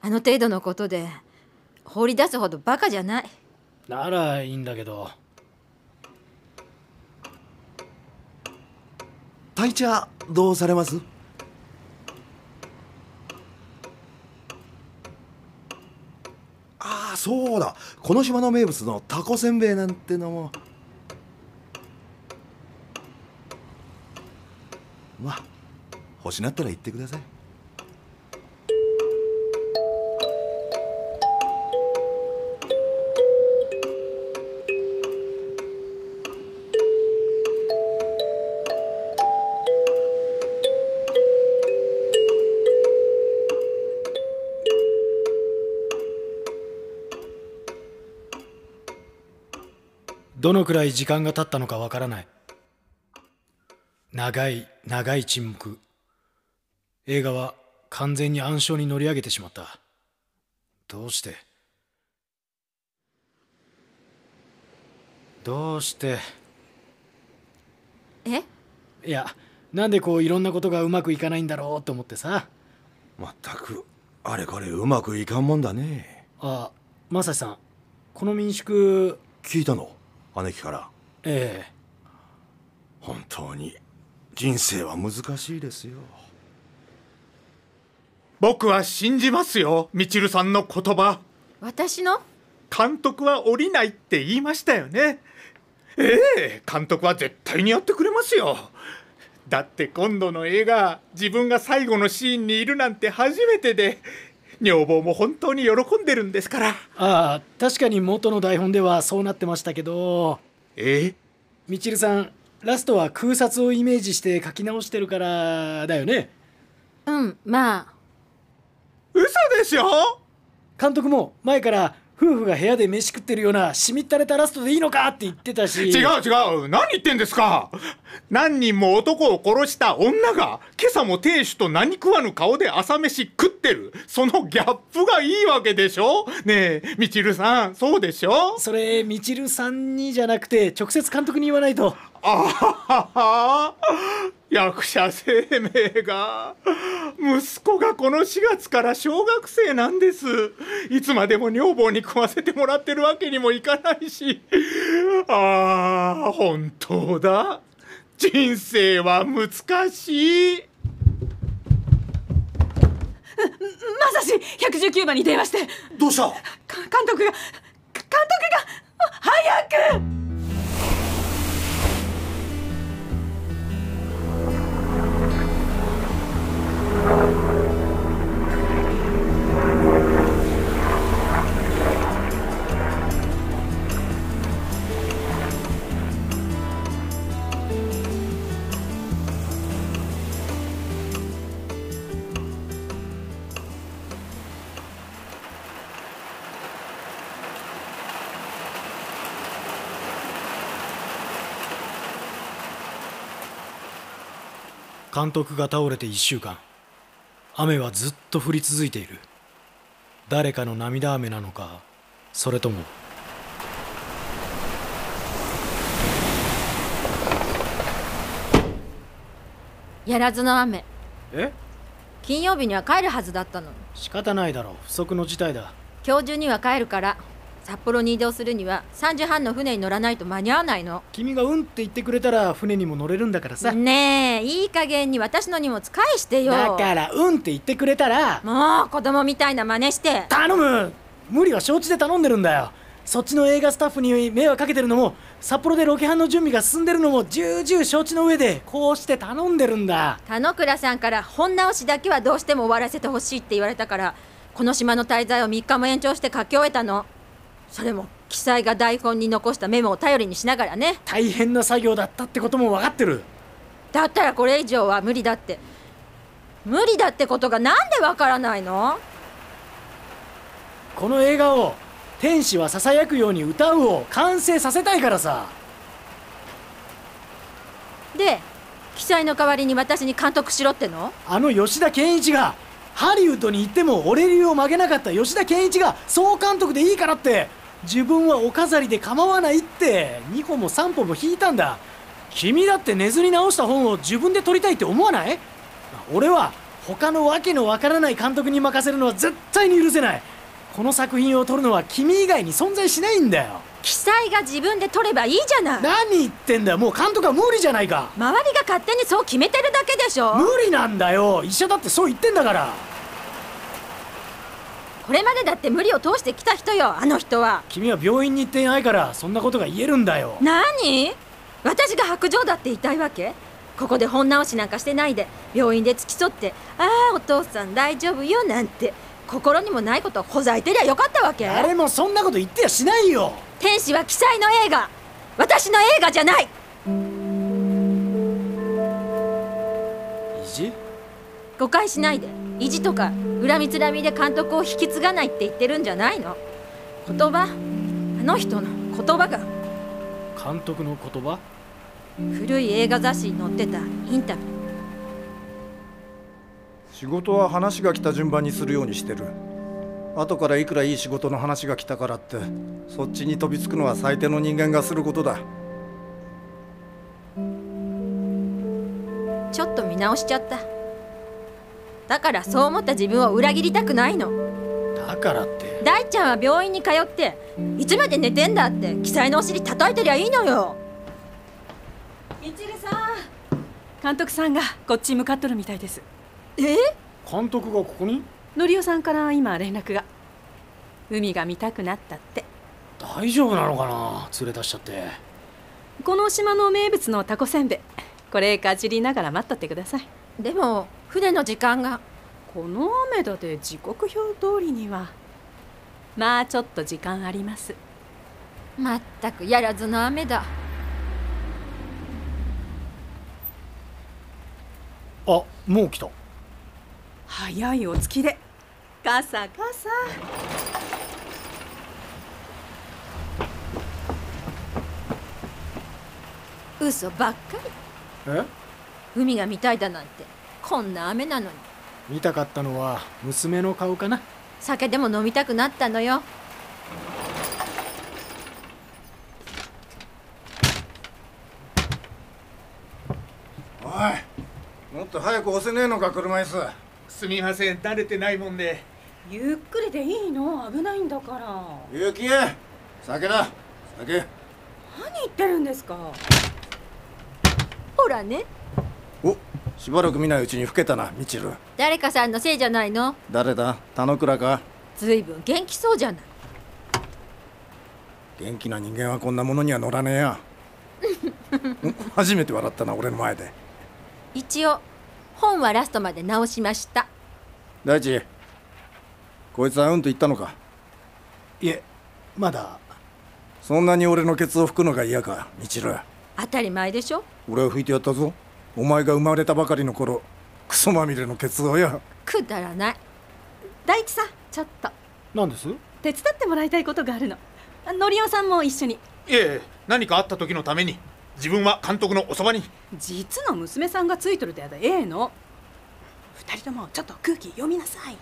[SPEAKER 4] あの程度のことで放り出すほどバカじゃない
[SPEAKER 1] ならいいんだけど
[SPEAKER 2] 体茶どうされますああそうだこの島の名物のタコせんべいなんてのもまあ欲しなったら言ってください
[SPEAKER 1] どのくらい時間が経ったのかわからない長い長い沈黙映画は完全に暗礁に乗り上げてしまったどうしてどうして
[SPEAKER 4] え
[SPEAKER 1] いやなんでこういろんなことがうまくいかないんだろうと思ってさ
[SPEAKER 2] まったくあれこれうまくいかんもんだね
[SPEAKER 1] あまさしさんこの民宿
[SPEAKER 2] 聞いたの姉貴から
[SPEAKER 1] ええ
[SPEAKER 2] 本当に人生は難しいですよ
[SPEAKER 8] 僕は信じますよみちるさんの言葉
[SPEAKER 4] 私の
[SPEAKER 8] 監督は降りないって言いましたよねええ監督は絶対にやってくれますよだって今度の映画自分が最後のシーンにいるなんて初めてで女房も本当に喜んでるんですから
[SPEAKER 1] ああ確かに元の台本ではそうなってましたけど
[SPEAKER 8] え
[SPEAKER 1] みちるさんラストは空撮をイメージして書き直してるからだよね
[SPEAKER 4] うんまあ
[SPEAKER 8] 嘘でしょ
[SPEAKER 1] 監督も前から夫婦が部屋で飯食ってるようなしみったれたラストでいいのかって言ってたし
[SPEAKER 8] 違う違う何言ってんですか何人も男を殺した女が今朝も亭主と何食わぬ顔で朝飯食ってるそのギャップがいいわけでしょねえみちるさんそうでしょ
[SPEAKER 1] それみちるさんにじゃなくて直接監督に言わないと
[SPEAKER 8] あはは *laughs* 役者生命が息子がこの4月から小学生なんですいつまでも女房に食わせてもらってるわけにもいかないしああ本当だ人生は難しい
[SPEAKER 7] まさし119番に電話して
[SPEAKER 2] どうした
[SPEAKER 7] か監督がか監督があ早く
[SPEAKER 1] 監督が倒れて1週間雨はずっと降り続いている誰かの涙雨なのかそれとも
[SPEAKER 4] やらずの雨
[SPEAKER 1] え
[SPEAKER 4] 金曜日には帰るはずだったの
[SPEAKER 1] 仕方ないだろう不測の事態だ
[SPEAKER 4] 今日中には帰るから札幌に移動するには3時半の船に乗らないと間に合わないの
[SPEAKER 1] 君がうんって言ってくれたら船にも乗れるんだからさ
[SPEAKER 4] ねえいい加減に私の荷物返してよ
[SPEAKER 1] だからうんって言ってくれたら
[SPEAKER 4] もう子供みたいな真似して
[SPEAKER 1] 頼む無理は承知で頼んでるんだよそっちの映画スタッフに迷惑かけてるのも札幌でロケ班の準備が進んでるのも重々承知の上でこうして頼んでるんだ
[SPEAKER 4] 田之倉さんから本直しだけはどうしても終わらせてほしいって言われたからこの島の滞在を3日も延長して書き終えたのそれも記載が台本に残したメモを頼りにしながらね
[SPEAKER 1] 大変な作業だったってことも分かってる
[SPEAKER 4] だったらこれ以上は無理だって無理だってことがなんでわからないの
[SPEAKER 1] この映画を天使はささやくように歌うを完成させたいからさ
[SPEAKER 4] で記載の代わりに私に監督しろっての
[SPEAKER 1] あの吉田健一がハリウッドに行っても俺流を曲げなかった吉田健一が総監督でいいからって自分はお飾りで構わないって2歩も3歩も引いたんだ君だって寝ずに直した本を自分で撮りたいって思わない俺は他のわけのわからない監督に任せるのは絶対に許せないこの作品を撮るのは君以外に存在しないんだよ
[SPEAKER 4] 記載が自分で取ればいいじゃない
[SPEAKER 1] 何言ってんだよもう監督は無理じゃないか
[SPEAKER 4] 周りが勝手にそう決めてるだけでしょ
[SPEAKER 1] 無理なんだよ医者だってそう言ってんだから
[SPEAKER 4] これまでだって無理を通してきた人よあの人は
[SPEAKER 1] 君は病院に行っていないからそんなことが言えるんだよ
[SPEAKER 4] 何私が白状だって言いたいわけここで本直しなんかしてないで病院で付き添って「ああお父さん大丈夫よ」なんて心にもないことをほざいてりゃよかったわけ
[SPEAKER 1] 誰もそんなこと言ってやしないよ
[SPEAKER 4] 天使は記載の映画私の映画じゃない
[SPEAKER 1] 意地
[SPEAKER 4] 誤解しないで意地とか恨みつらみで監督を引き継がないって言ってるんじゃないの言葉あの人の言葉が
[SPEAKER 1] 監督の言葉
[SPEAKER 4] 古い映画雑誌に載ってたインタビュー
[SPEAKER 3] 仕事は話が来た順番にするようにしてる後からいくらいい仕事の話が来たからってそっちに飛びつくのは最低の人間がすることだ
[SPEAKER 4] ちょっと見直しちゃっただからそう思った自分を裏切りたくないの
[SPEAKER 1] だからって
[SPEAKER 4] 大ちゃんは病院に通っていつまで寝てんだって記載のお尻叩いてりゃいいのよ
[SPEAKER 7] みちるさん監督さんがこっち向かっとるみたいです
[SPEAKER 1] 監督がここに
[SPEAKER 7] のりおさんから今連絡が海が見たくなったって
[SPEAKER 1] 大丈夫なのかな連れ出しちゃって
[SPEAKER 7] この島の名物のタコせんべいこれかじりながら待っとってください
[SPEAKER 4] でも船の時間が
[SPEAKER 7] この雨だで時刻表通りにはまあちょっと時間あります
[SPEAKER 4] まったくやらずの雨だ
[SPEAKER 1] あもう来た
[SPEAKER 7] 早いお月で傘傘
[SPEAKER 4] 嘘ばっかり
[SPEAKER 1] え
[SPEAKER 4] 海が見たいだなんてこんな雨なのに
[SPEAKER 1] 見たかったのは娘の顔かな
[SPEAKER 4] 酒でも飲みたくなったのよ
[SPEAKER 3] おいもっと早く押せねえのか車椅子
[SPEAKER 8] すみません慣れてないもんで
[SPEAKER 7] ゆっくりでいいの危ないんだから何
[SPEAKER 3] ゆき酒だ酒
[SPEAKER 7] 言ってるんですか
[SPEAKER 4] ほらね
[SPEAKER 3] おしばらく見ないうちに老けたなみちる
[SPEAKER 4] 誰かさんのせいじゃないの
[SPEAKER 3] 誰だ田之倉か
[SPEAKER 4] ずいぶん元気そうじゃない
[SPEAKER 3] 元気な人間はこんなものには乗らねえやん初めて笑ったな俺の前で
[SPEAKER 4] 一応本はラストまで直しました
[SPEAKER 3] 大地こいつはうんと言ったのか
[SPEAKER 1] いえまだ
[SPEAKER 3] そんなに俺のケツを拭くのが嫌かみちる
[SPEAKER 4] 当たり前でしょ
[SPEAKER 3] 俺は拭いてやったぞお前が生まれたばかりの頃クソまみれのケツをや
[SPEAKER 4] くだらない
[SPEAKER 7] 大地さんちょっと
[SPEAKER 1] なんです
[SPEAKER 7] 手伝ってもらいたいことがあるのあのりおさんも一緒に
[SPEAKER 8] いえ何かあった時のために自分は監督のおそばに
[SPEAKER 7] 実の娘さんがついとるとやだええの二人ともちょっと空気読みなさい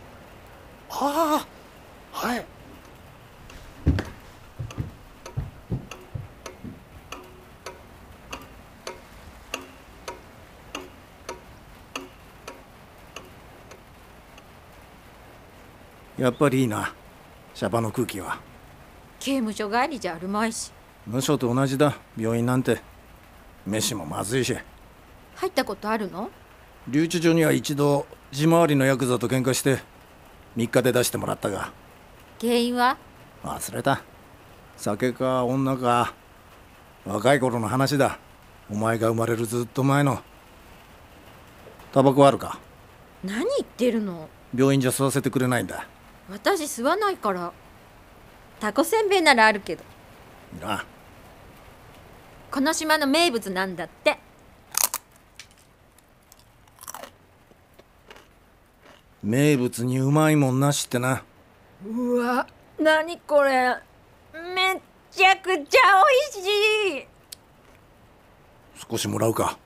[SPEAKER 1] ああはい
[SPEAKER 3] やっぱりいいなシャバの空気は
[SPEAKER 4] 刑務所帰りじゃあるまいし
[SPEAKER 3] 無所と同じだ病院なんて飯もまずいし
[SPEAKER 4] 入ったことあるの
[SPEAKER 3] 留置所には一度地回りのヤクザと喧嘩して3日で出してもらったが
[SPEAKER 4] 原因は
[SPEAKER 3] 忘れた酒か女か若い頃の話だお前が生まれるずっと前のタバコあるか
[SPEAKER 4] 何言ってるの
[SPEAKER 3] 病院じゃ吸わせてくれないんだ
[SPEAKER 4] 私吸わないからタコせんべいならあるけど
[SPEAKER 3] いらん
[SPEAKER 4] この島の名物なんだって
[SPEAKER 3] 名物にうまいもんなしってな
[SPEAKER 4] うわ何これめっちゃくちゃ美味しい
[SPEAKER 3] 少しもらうか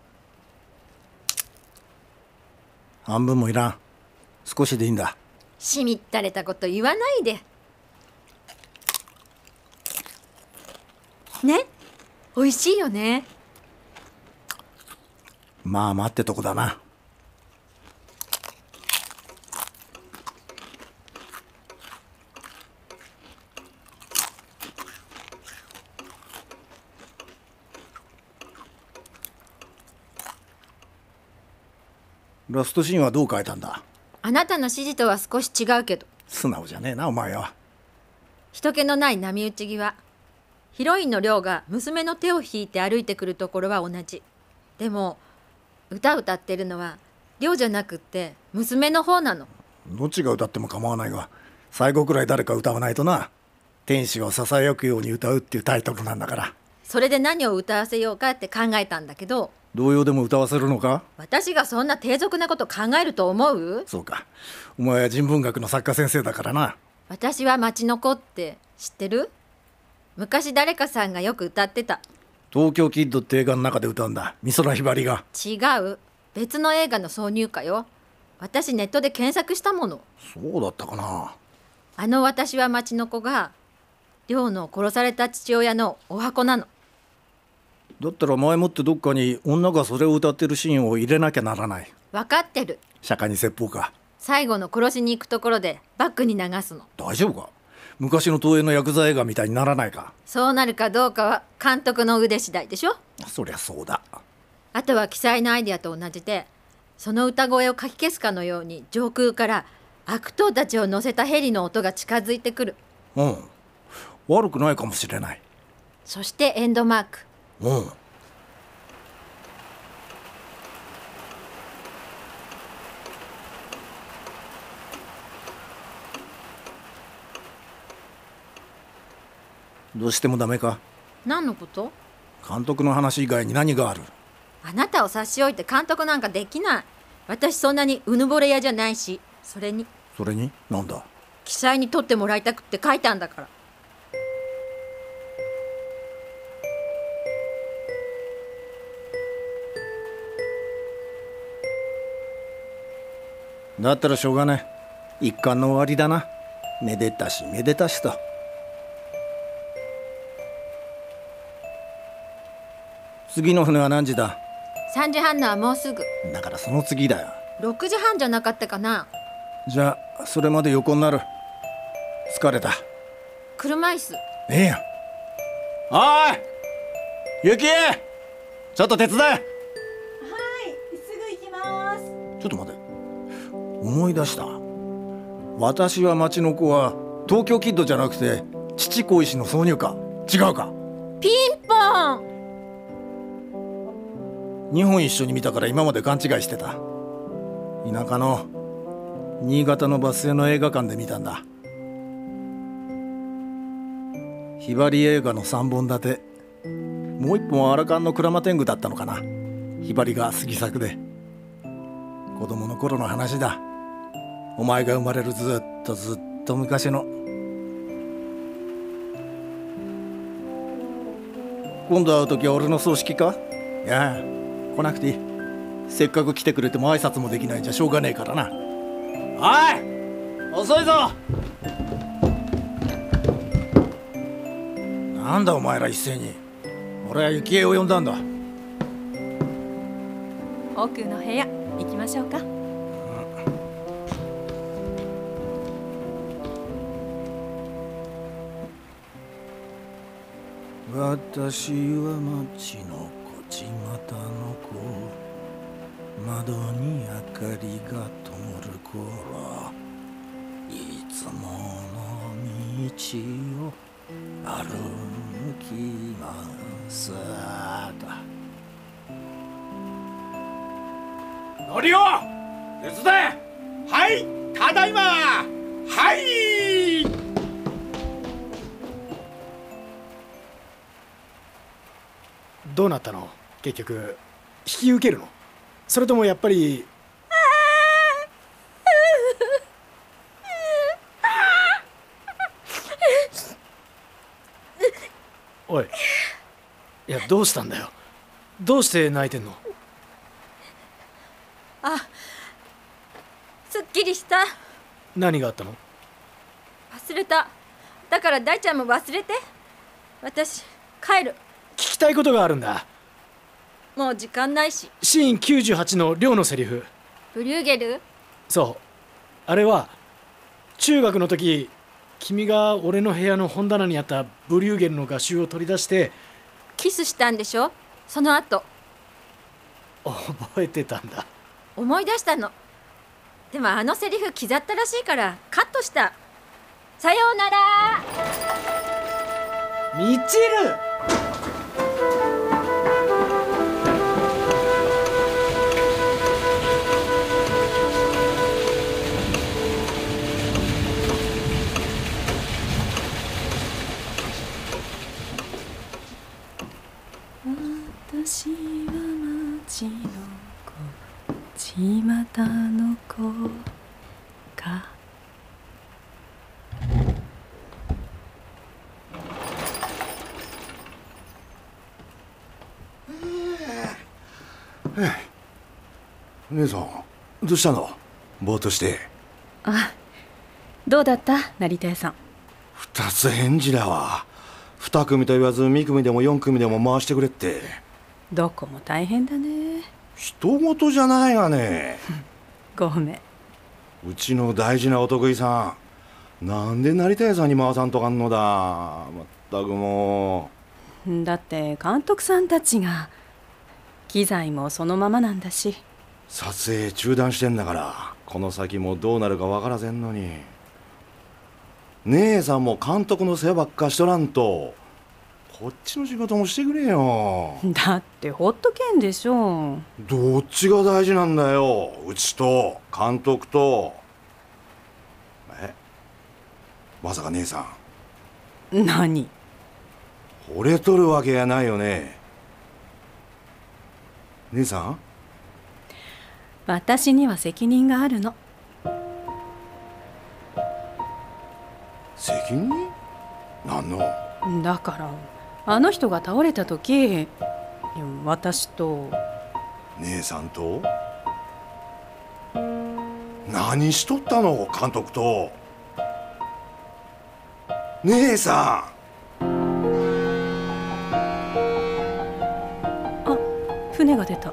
[SPEAKER 3] 半分もいらん少しでいいんだ
[SPEAKER 4] しみったれたこと言わないでね美味しいよね
[SPEAKER 3] まあ待ってとこだなラストシーンはどう変えたんだ
[SPEAKER 4] あなたの指示とは少し違うけど
[SPEAKER 3] 素直じゃねえなお前は
[SPEAKER 4] 人気のない波打ち際ヒロインの亮が娘の手を引いて歩いてくるところは同じでも歌歌ってるのは亮じゃなくって娘の方なの
[SPEAKER 3] どっちが歌っても構わないが最後くらい誰か歌わないとな天使をささやくように歌うっていうタイトルなんだから
[SPEAKER 4] それで何を歌わせようかって考えたんだけど
[SPEAKER 3] 童謡でも歌わせるのか
[SPEAKER 4] 私がそんな低俗なこと考えると思う
[SPEAKER 3] そうかお前は人文学の作家先生だからな
[SPEAKER 4] 私は町の子って知ってる昔誰かさんがよく歌ってた
[SPEAKER 3] 東京キッドって映画の中で歌うんだ美空ひばりが
[SPEAKER 4] 違う別の映画の挿入歌よ私ネットで検索したもの
[SPEAKER 3] そうだったかな
[SPEAKER 4] あの私は町の子が寮の殺された父親のお箱なの
[SPEAKER 3] だったら前もってどっかに女がそれを歌ってるシーンを入れなきゃならない
[SPEAKER 4] 分かってる
[SPEAKER 3] 釈迦に説法か
[SPEAKER 4] 最後の殺しに行くところでバックに流すの
[SPEAKER 3] 大丈夫か昔の東映のヤクザ映画みたいにならないか
[SPEAKER 4] そうなるかどうかは監督の腕次第でしょ
[SPEAKER 3] そりゃそうだ
[SPEAKER 4] あとは記載のアイデアと同じでその歌声をかき消すかのように上空から悪党たちを乗せたヘリの音が近づいてくる
[SPEAKER 3] うん悪くないかもしれない
[SPEAKER 4] そしてエンドマーク
[SPEAKER 3] うんどうしてもダメか
[SPEAKER 4] 何のこと
[SPEAKER 3] 監督の話以外に何がある
[SPEAKER 4] あなたを差し置いて監督なんかできない私そんなにうぬぼれ屋じゃないしそれに
[SPEAKER 3] それになんだ
[SPEAKER 4] 記載に取ってもらいたくって書いたんだから
[SPEAKER 3] だったらしょうがない一巻の終わりだなめでたしめでたしと次の船は何時だ
[SPEAKER 4] 3時半のはもうすぐ
[SPEAKER 3] だからその次だよ
[SPEAKER 4] 6時半じゃなかったかな
[SPEAKER 3] じゃあそれまで横になる疲れた
[SPEAKER 4] 車椅子
[SPEAKER 3] ええやんおいゆきちょっと手伝えはいすぐ行きますちょっと待て思い出した私は町の子は東京キッドじゃなくて父子石の挿入歌違うか
[SPEAKER 4] ピンポン
[SPEAKER 3] 日本一緒に見たから今まで勘違いしてた田舎の新潟のバス停の映画館で見たんだひばり映画の3本立てもう1本はアラカンの鞍馬天狗だったのかなひばりが杉作で子供の頃の話だお前が生まれるずっとずっと昔の今度会う時は俺の葬式かいや来なくていいせっかく来てくれても挨拶もできないんじゃしょうがねえからなおい遅いぞなんだお前ら一斉に俺は幸恵を呼んだんだ
[SPEAKER 7] 奥の部屋行きましょうか
[SPEAKER 3] 私は町の子巷の子窓に明かりが灯る頃いつもの道を歩きます
[SPEAKER 8] のりお手伝えはいただいまはい
[SPEAKER 1] どうなったの結局引き受けるのそれともやっぱりおいいやどうしたんだよどうして泣いてんの
[SPEAKER 4] すっきりした
[SPEAKER 1] 何があったの
[SPEAKER 4] 忘れただから大ちゃんも忘れて私帰る
[SPEAKER 1] 聞きたいことがあるんだ
[SPEAKER 4] もう時間ないし
[SPEAKER 1] シーン98の寮のセリフ
[SPEAKER 4] ブリューゲル
[SPEAKER 1] そうあれは中学の時君が俺の部屋の本棚にあったブリューゲルの画集を取り出して
[SPEAKER 4] キスしたんでしょその後
[SPEAKER 1] 覚えてたんだ
[SPEAKER 4] 思い出したのでもあのセリフ刻ったらしいからカットしたさようなら
[SPEAKER 1] みちる
[SPEAKER 7] 私は町の子巷の子か
[SPEAKER 2] 姉さんどうしたのぼーっとして
[SPEAKER 7] どうだった成田屋さん
[SPEAKER 2] 二つ返事だわ二組と言わず三組でも四組でも回してくれって
[SPEAKER 7] どこも大変だね
[SPEAKER 2] 人事じゃないがね
[SPEAKER 7] ごめん
[SPEAKER 2] うちの大事なお得意さんなんで成田屋さんに回さんとかんのだまったくも
[SPEAKER 7] だって監督さんたちが「機材もそのままなんだし
[SPEAKER 2] 撮影中断してんだからこの先もどうなるか分からせんのに姉さんも監督の世話ばっかしとらんとこっちの仕事もしてくれよ
[SPEAKER 7] だってほっとけんでしょ
[SPEAKER 2] どっちが大事なんだようちと監督とえまさか姉さん
[SPEAKER 7] 何
[SPEAKER 2] 惚れとるわけやないよね姉さん
[SPEAKER 7] 私には責任があるの
[SPEAKER 2] 責任何の
[SPEAKER 7] だからあの人が倒れた時私と
[SPEAKER 2] 姉さんと何しとったの監督と姉さ
[SPEAKER 7] 船が出た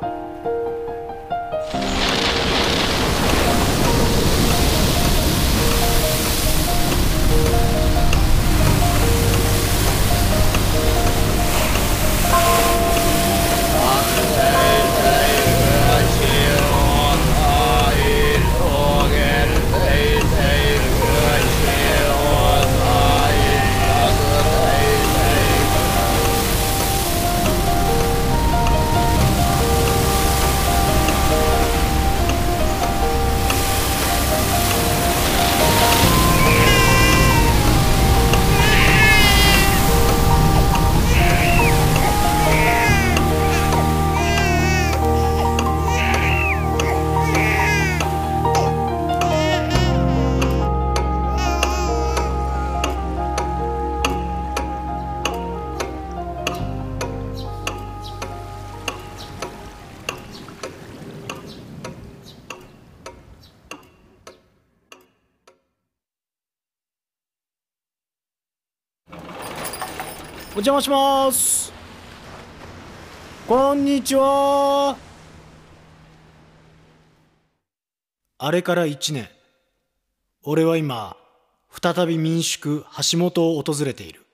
[SPEAKER 1] お邪魔しますこんにちはあれから1年俺は今再び民宿橋本を訪れている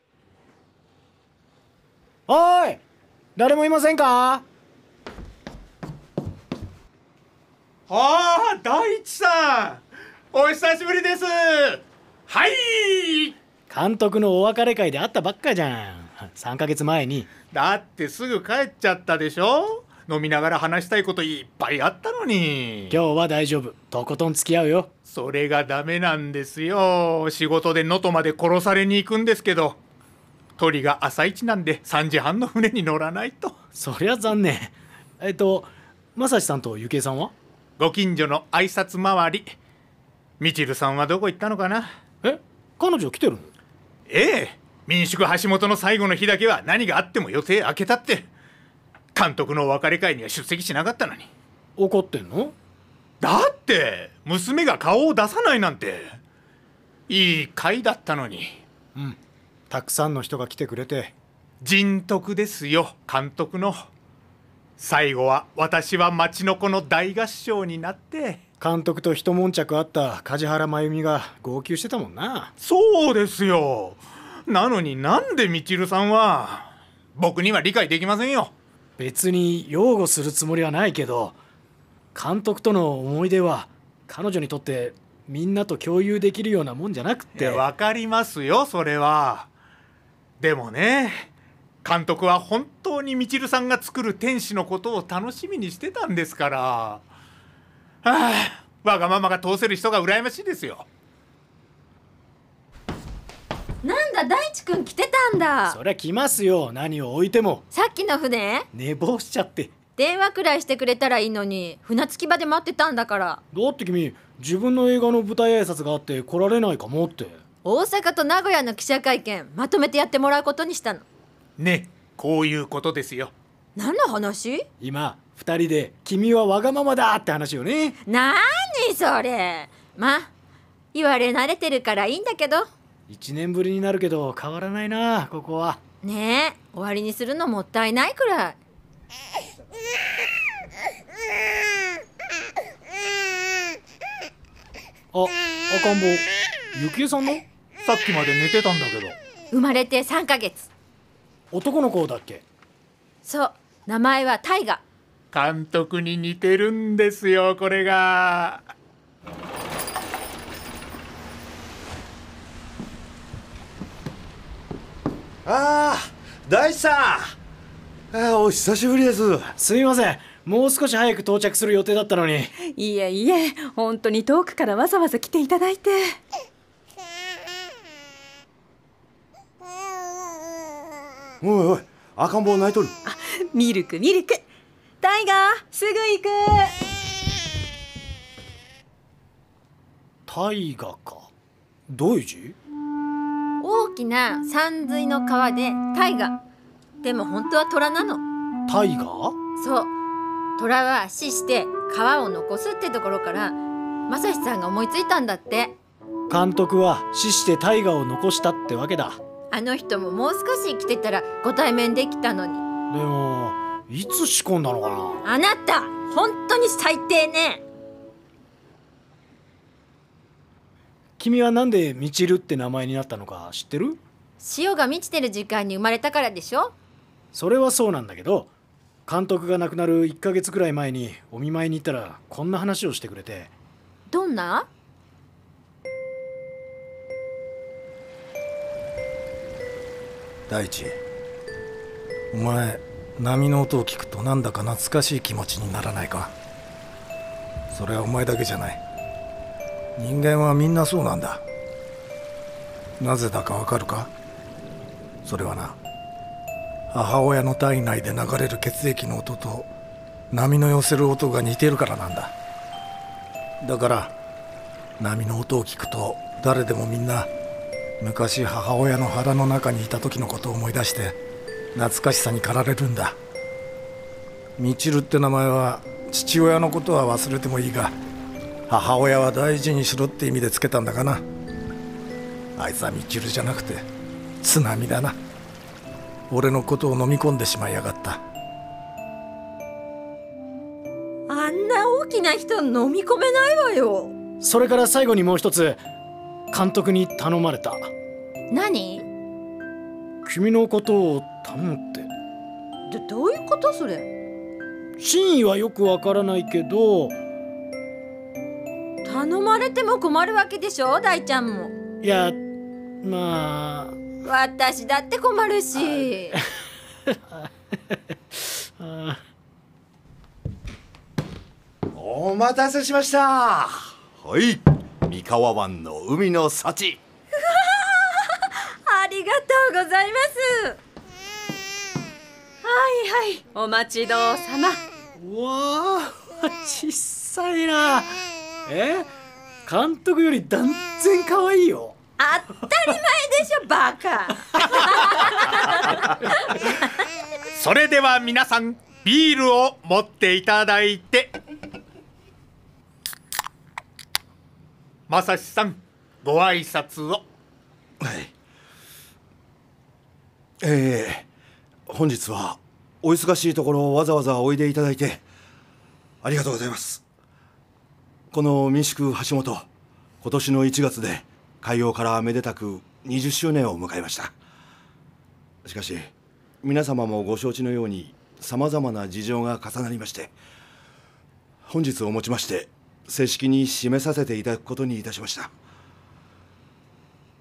[SPEAKER 1] おーい誰もいませんか
[SPEAKER 8] ああ大地さんお久しぶりですはい
[SPEAKER 1] 監督のお別れ会で会ったばっかじゃん3ヶ月前に
[SPEAKER 8] だってすぐ帰っちゃったでしょ飲みながら話したいこといっぱいあったのに
[SPEAKER 1] 今日は大丈夫とことん付き合うよ
[SPEAKER 8] それがダメなんですよ仕事で能登まで殺されに行くんですけど鳥が朝一なんで3時半の船に乗らないと
[SPEAKER 1] そりゃ残念えっと正志さんとゆきえさんは
[SPEAKER 8] ご近所の挨拶回りみちるさんはどこ行ったのかな
[SPEAKER 1] え彼女来てるの
[SPEAKER 8] ええ民宿橋本の最後の日だけは何があっても予定開けたって監督のお別れ会には出席しなかったのに
[SPEAKER 1] 怒ってんの
[SPEAKER 8] だって娘が顔を出さないなんていい会だったのに
[SPEAKER 1] たくさんの人が来てくれて
[SPEAKER 8] 人徳ですよ監督の最後は私は町の子の大合唱になって
[SPEAKER 1] 監督と一悶着あった梶原真由美が号泣してたもんな
[SPEAKER 8] そうですよなのになんでみちるさんは僕には理解できませんよ
[SPEAKER 1] 別に擁護するつもりはないけど監督との思い出は彼女にとってみんなと共有できるようなもんじゃなく
[SPEAKER 8] い
[SPEAKER 1] て
[SPEAKER 8] やわかりますよそれはでもね監督は本当にみちるさんが作る天使のことを楽しみにしてたんですからはあわがままが通せる人が羨ましいですよ
[SPEAKER 4] なんだ大地くん来てたんだ
[SPEAKER 1] そりゃ来ますよ何を置いても
[SPEAKER 4] さっきの船
[SPEAKER 1] 寝坊しちゃって
[SPEAKER 4] 電話くらいしてくれたらいいのに船着き場で待ってたんだから
[SPEAKER 1] だって君自分の映画の舞台挨拶があって来られないかもって
[SPEAKER 4] 大阪と名古屋の記者会見まとめてやってもらうことにしたの
[SPEAKER 8] ねこういうことですよ
[SPEAKER 4] 何の話
[SPEAKER 1] 今二人で「君はわがままだ!」って話よね
[SPEAKER 4] なーにそれまあ言われ慣れてるからいいんだけど
[SPEAKER 1] 一年ぶりになるけど変わらないなここは
[SPEAKER 4] ねえ終わりにするのもったいないくらい
[SPEAKER 1] あ赤ん坊ゆきえさんの
[SPEAKER 8] さっきまで寝てたんだけど
[SPEAKER 4] 生まれて3ヶ月
[SPEAKER 1] 男の子だっけ
[SPEAKER 4] そう名前はタイガ
[SPEAKER 8] 監督に似てるんですよこれが
[SPEAKER 2] ああ大地さんあーお久しぶりです
[SPEAKER 1] すみませんもう少し早く到着する予定だったのに
[SPEAKER 7] いえいえ本当に遠くからわざわざ来ていただいて
[SPEAKER 2] おいおい赤ん坊泣いとる
[SPEAKER 7] ミルクミルクタイガーすぐ行く
[SPEAKER 1] 大河かどういう字
[SPEAKER 4] 大きな山水の川で大河でも本当は虎なの
[SPEAKER 1] 大河
[SPEAKER 4] そう虎は死して川を残すってところから正志さんが思いついたんだって
[SPEAKER 1] 監督は死して大河を残したってわけだ
[SPEAKER 4] あの人ももう少し生きてたらご対面できたのに
[SPEAKER 1] でもいつ仕込んだのかな
[SPEAKER 4] あなた本当に最低ね
[SPEAKER 1] 君はなんでみちるって名前になったのか知ってる
[SPEAKER 4] 潮が満ちてる時間に生まれたからでしょ
[SPEAKER 1] それはそうなんだけど監督が亡くなる1ヶ月くらい前にお見舞いに行ったらこんな話をしてくれて
[SPEAKER 4] どんな
[SPEAKER 3] 大地お前波の音を聞くとなんだか懐かしい気持ちにならないかそれはお前だけじゃない人間はみんなそうなんだなぜだかわかるかそれはな母親の体内で流れる血液の音と波の寄せる音が似てるからなんだだから波の音を聞くと誰でもみんな昔母親の腹の中にいた時のことを思い出して懐かしさに駆られるんだみちるって名前は父親のことは忘れてもいいが母親は大事にしろって意味でつけたんだがなあいつはみちるじゃなくて津波だな俺のことを飲み込んでしまいやがった
[SPEAKER 4] あんな大きな人飲み込めないわよ
[SPEAKER 1] それから最後にもう一つ監督に頼まれた
[SPEAKER 4] 何
[SPEAKER 1] 君のことを頼むって
[SPEAKER 4] どどういうことそれ
[SPEAKER 1] 真意はよくわからないけど
[SPEAKER 4] 頼まれても困るわけでしょ大ちゃんも
[SPEAKER 1] いやまあ
[SPEAKER 4] 私だって困るし
[SPEAKER 2] お待たせしましたはい三河湾の海の幸
[SPEAKER 4] ありがとうございますはいはい
[SPEAKER 7] お待ちどうさま
[SPEAKER 1] うわあ小さいなえ監督より断然可愛いよ
[SPEAKER 4] 当たり前でしょバカ
[SPEAKER 8] それでは皆さんビールを持っていただいてまさしさんご挨拶を
[SPEAKER 2] はいえー、本日はお忙しいところわざわざおいでいただいてありがとうございますこの民宿橋本今年の1月で開業からめでたく20周年を迎えましたしかし皆様もご承知のようにさまざまな事情が重なりまして本日をもちまして正式に締めさせていただくことにいたしました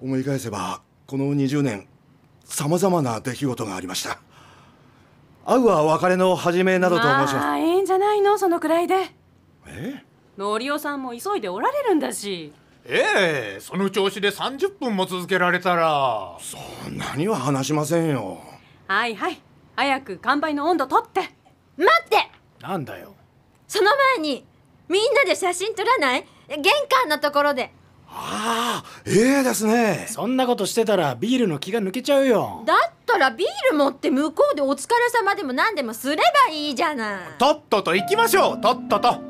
[SPEAKER 2] 思い返せばこの20年さまざまな出来事がありました会うは別れの始めなどと申します、
[SPEAKER 7] まあええんじゃないのそのくらいで
[SPEAKER 2] え
[SPEAKER 7] のりおさんも急いでおられるんだし
[SPEAKER 8] ええその調子で30分も続けられたら
[SPEAKER 2] そんなには話しませんよ
[SPEAKER 7] はいはい早く乾杯の温度取って
[SPEAKER 4] 待って
[SPEAKER 1] なんだよ
[SPEAKER 4] その前にみんなで写真撮らない玄関のところで
[SPEAKER 2] ああええですね
[SPEAKER 1] そんなことしてたらビールの気が抜けちゃうよ
[SPEAKER 4] だったらビール持って向こうでお疲れ様でも何でもすればいいじゃない
[SPEAKER 8] とっとと行きましょうとっとと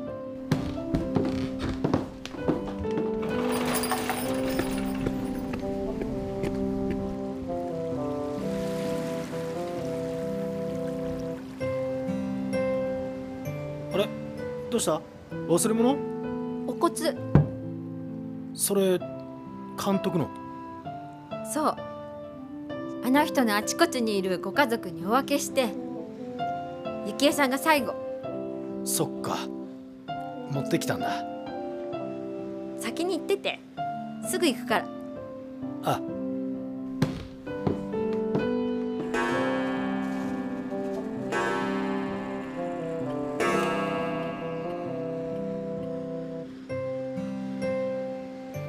[SPEAKER 1] あれどうした忘れ物
[SPEAKER 4] お骨
[SPEAKER 1] それ監督の
[SPEAKER 4] そうあの人のあちこちにいるご家族にお分けして幸恵さんが最後
[SPEAKER 1] そっか持ってきたんだ
[SPEAKER 4] 先に行っててすぐ行くから
[SPEAKER 1] あ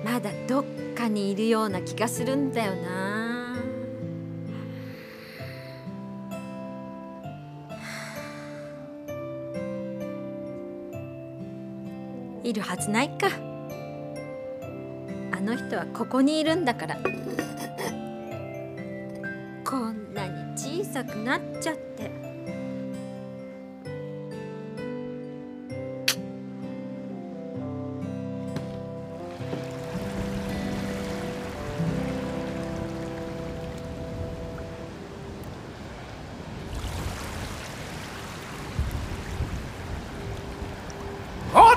[SPEAKER 4] まだどっかにいるような気がするんだよな *sighs* はいるはずないかあの人はここにいるんだからこんなに小さくなっちゃって
[SPEAKER 10] おっ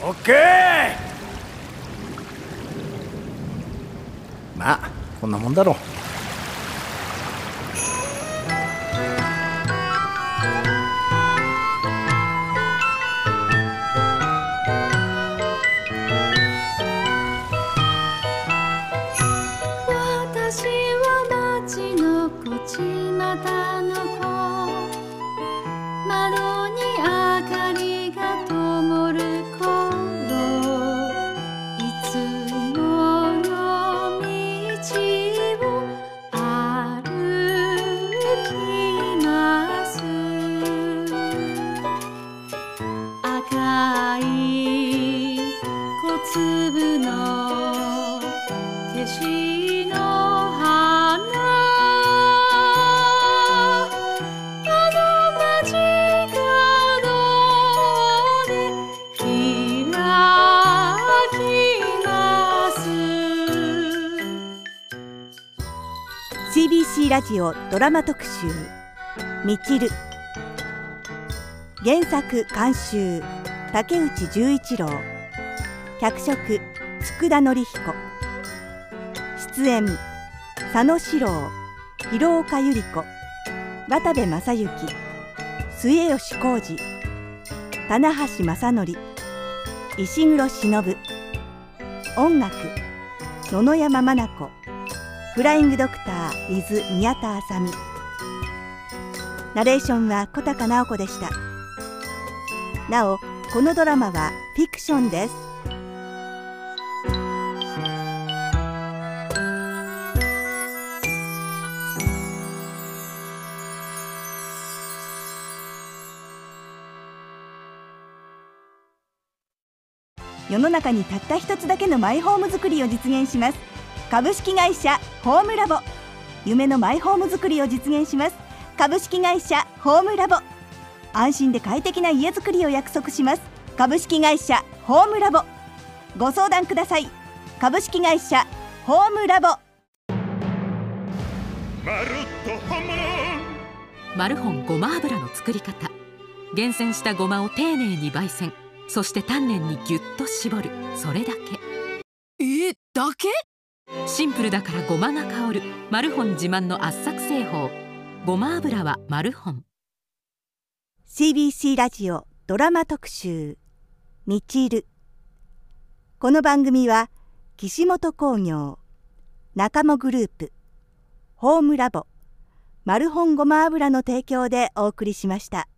[SPEAKER 10] とオッケーまあこんなもんだろう
[SPEAKER 7] 私は街のこちまたの子窓に明かりが灯る頃いつもの道を歩きます赤い小粒の消しの花あの街角で開きます
[SPEAKER 5] CBC ラジオドラマ特集「みちる」原作監修竹内十一郎脚色佃典彦出演佐野史郎広岡百合子渡部正行末吉浩二棚橋正則石黒忍音楽野々山真奈子フライングドクター with 宮田麻美ナレーションは小高直子でしたなおこのドラマはフィクションです世の中にたった一つだけのマイホーム作りを実現します株式会社ホームラボ夢のマイホーム作りを実現します株式会社ホームラボ安心で快適な家づくりを約束します株式会社ホームラボご相談ください株式会社ホームラボ
[SPEAKER 11] まるっと本物
[SPEAKER 12] マルホンごま油の作り方厳選したごまを丁寧に焙煎そして丹念にぎゅっと絞るそれだけえだけシンプルだからごまが香るマルホン自慢の圧搾製法ごま油はマルホン
[SPEAKER 5] CBC ラジオドラマ特集「みちる」この番組は岸本興業中もグループホームラボマルホンごま油の提供でお送りしました。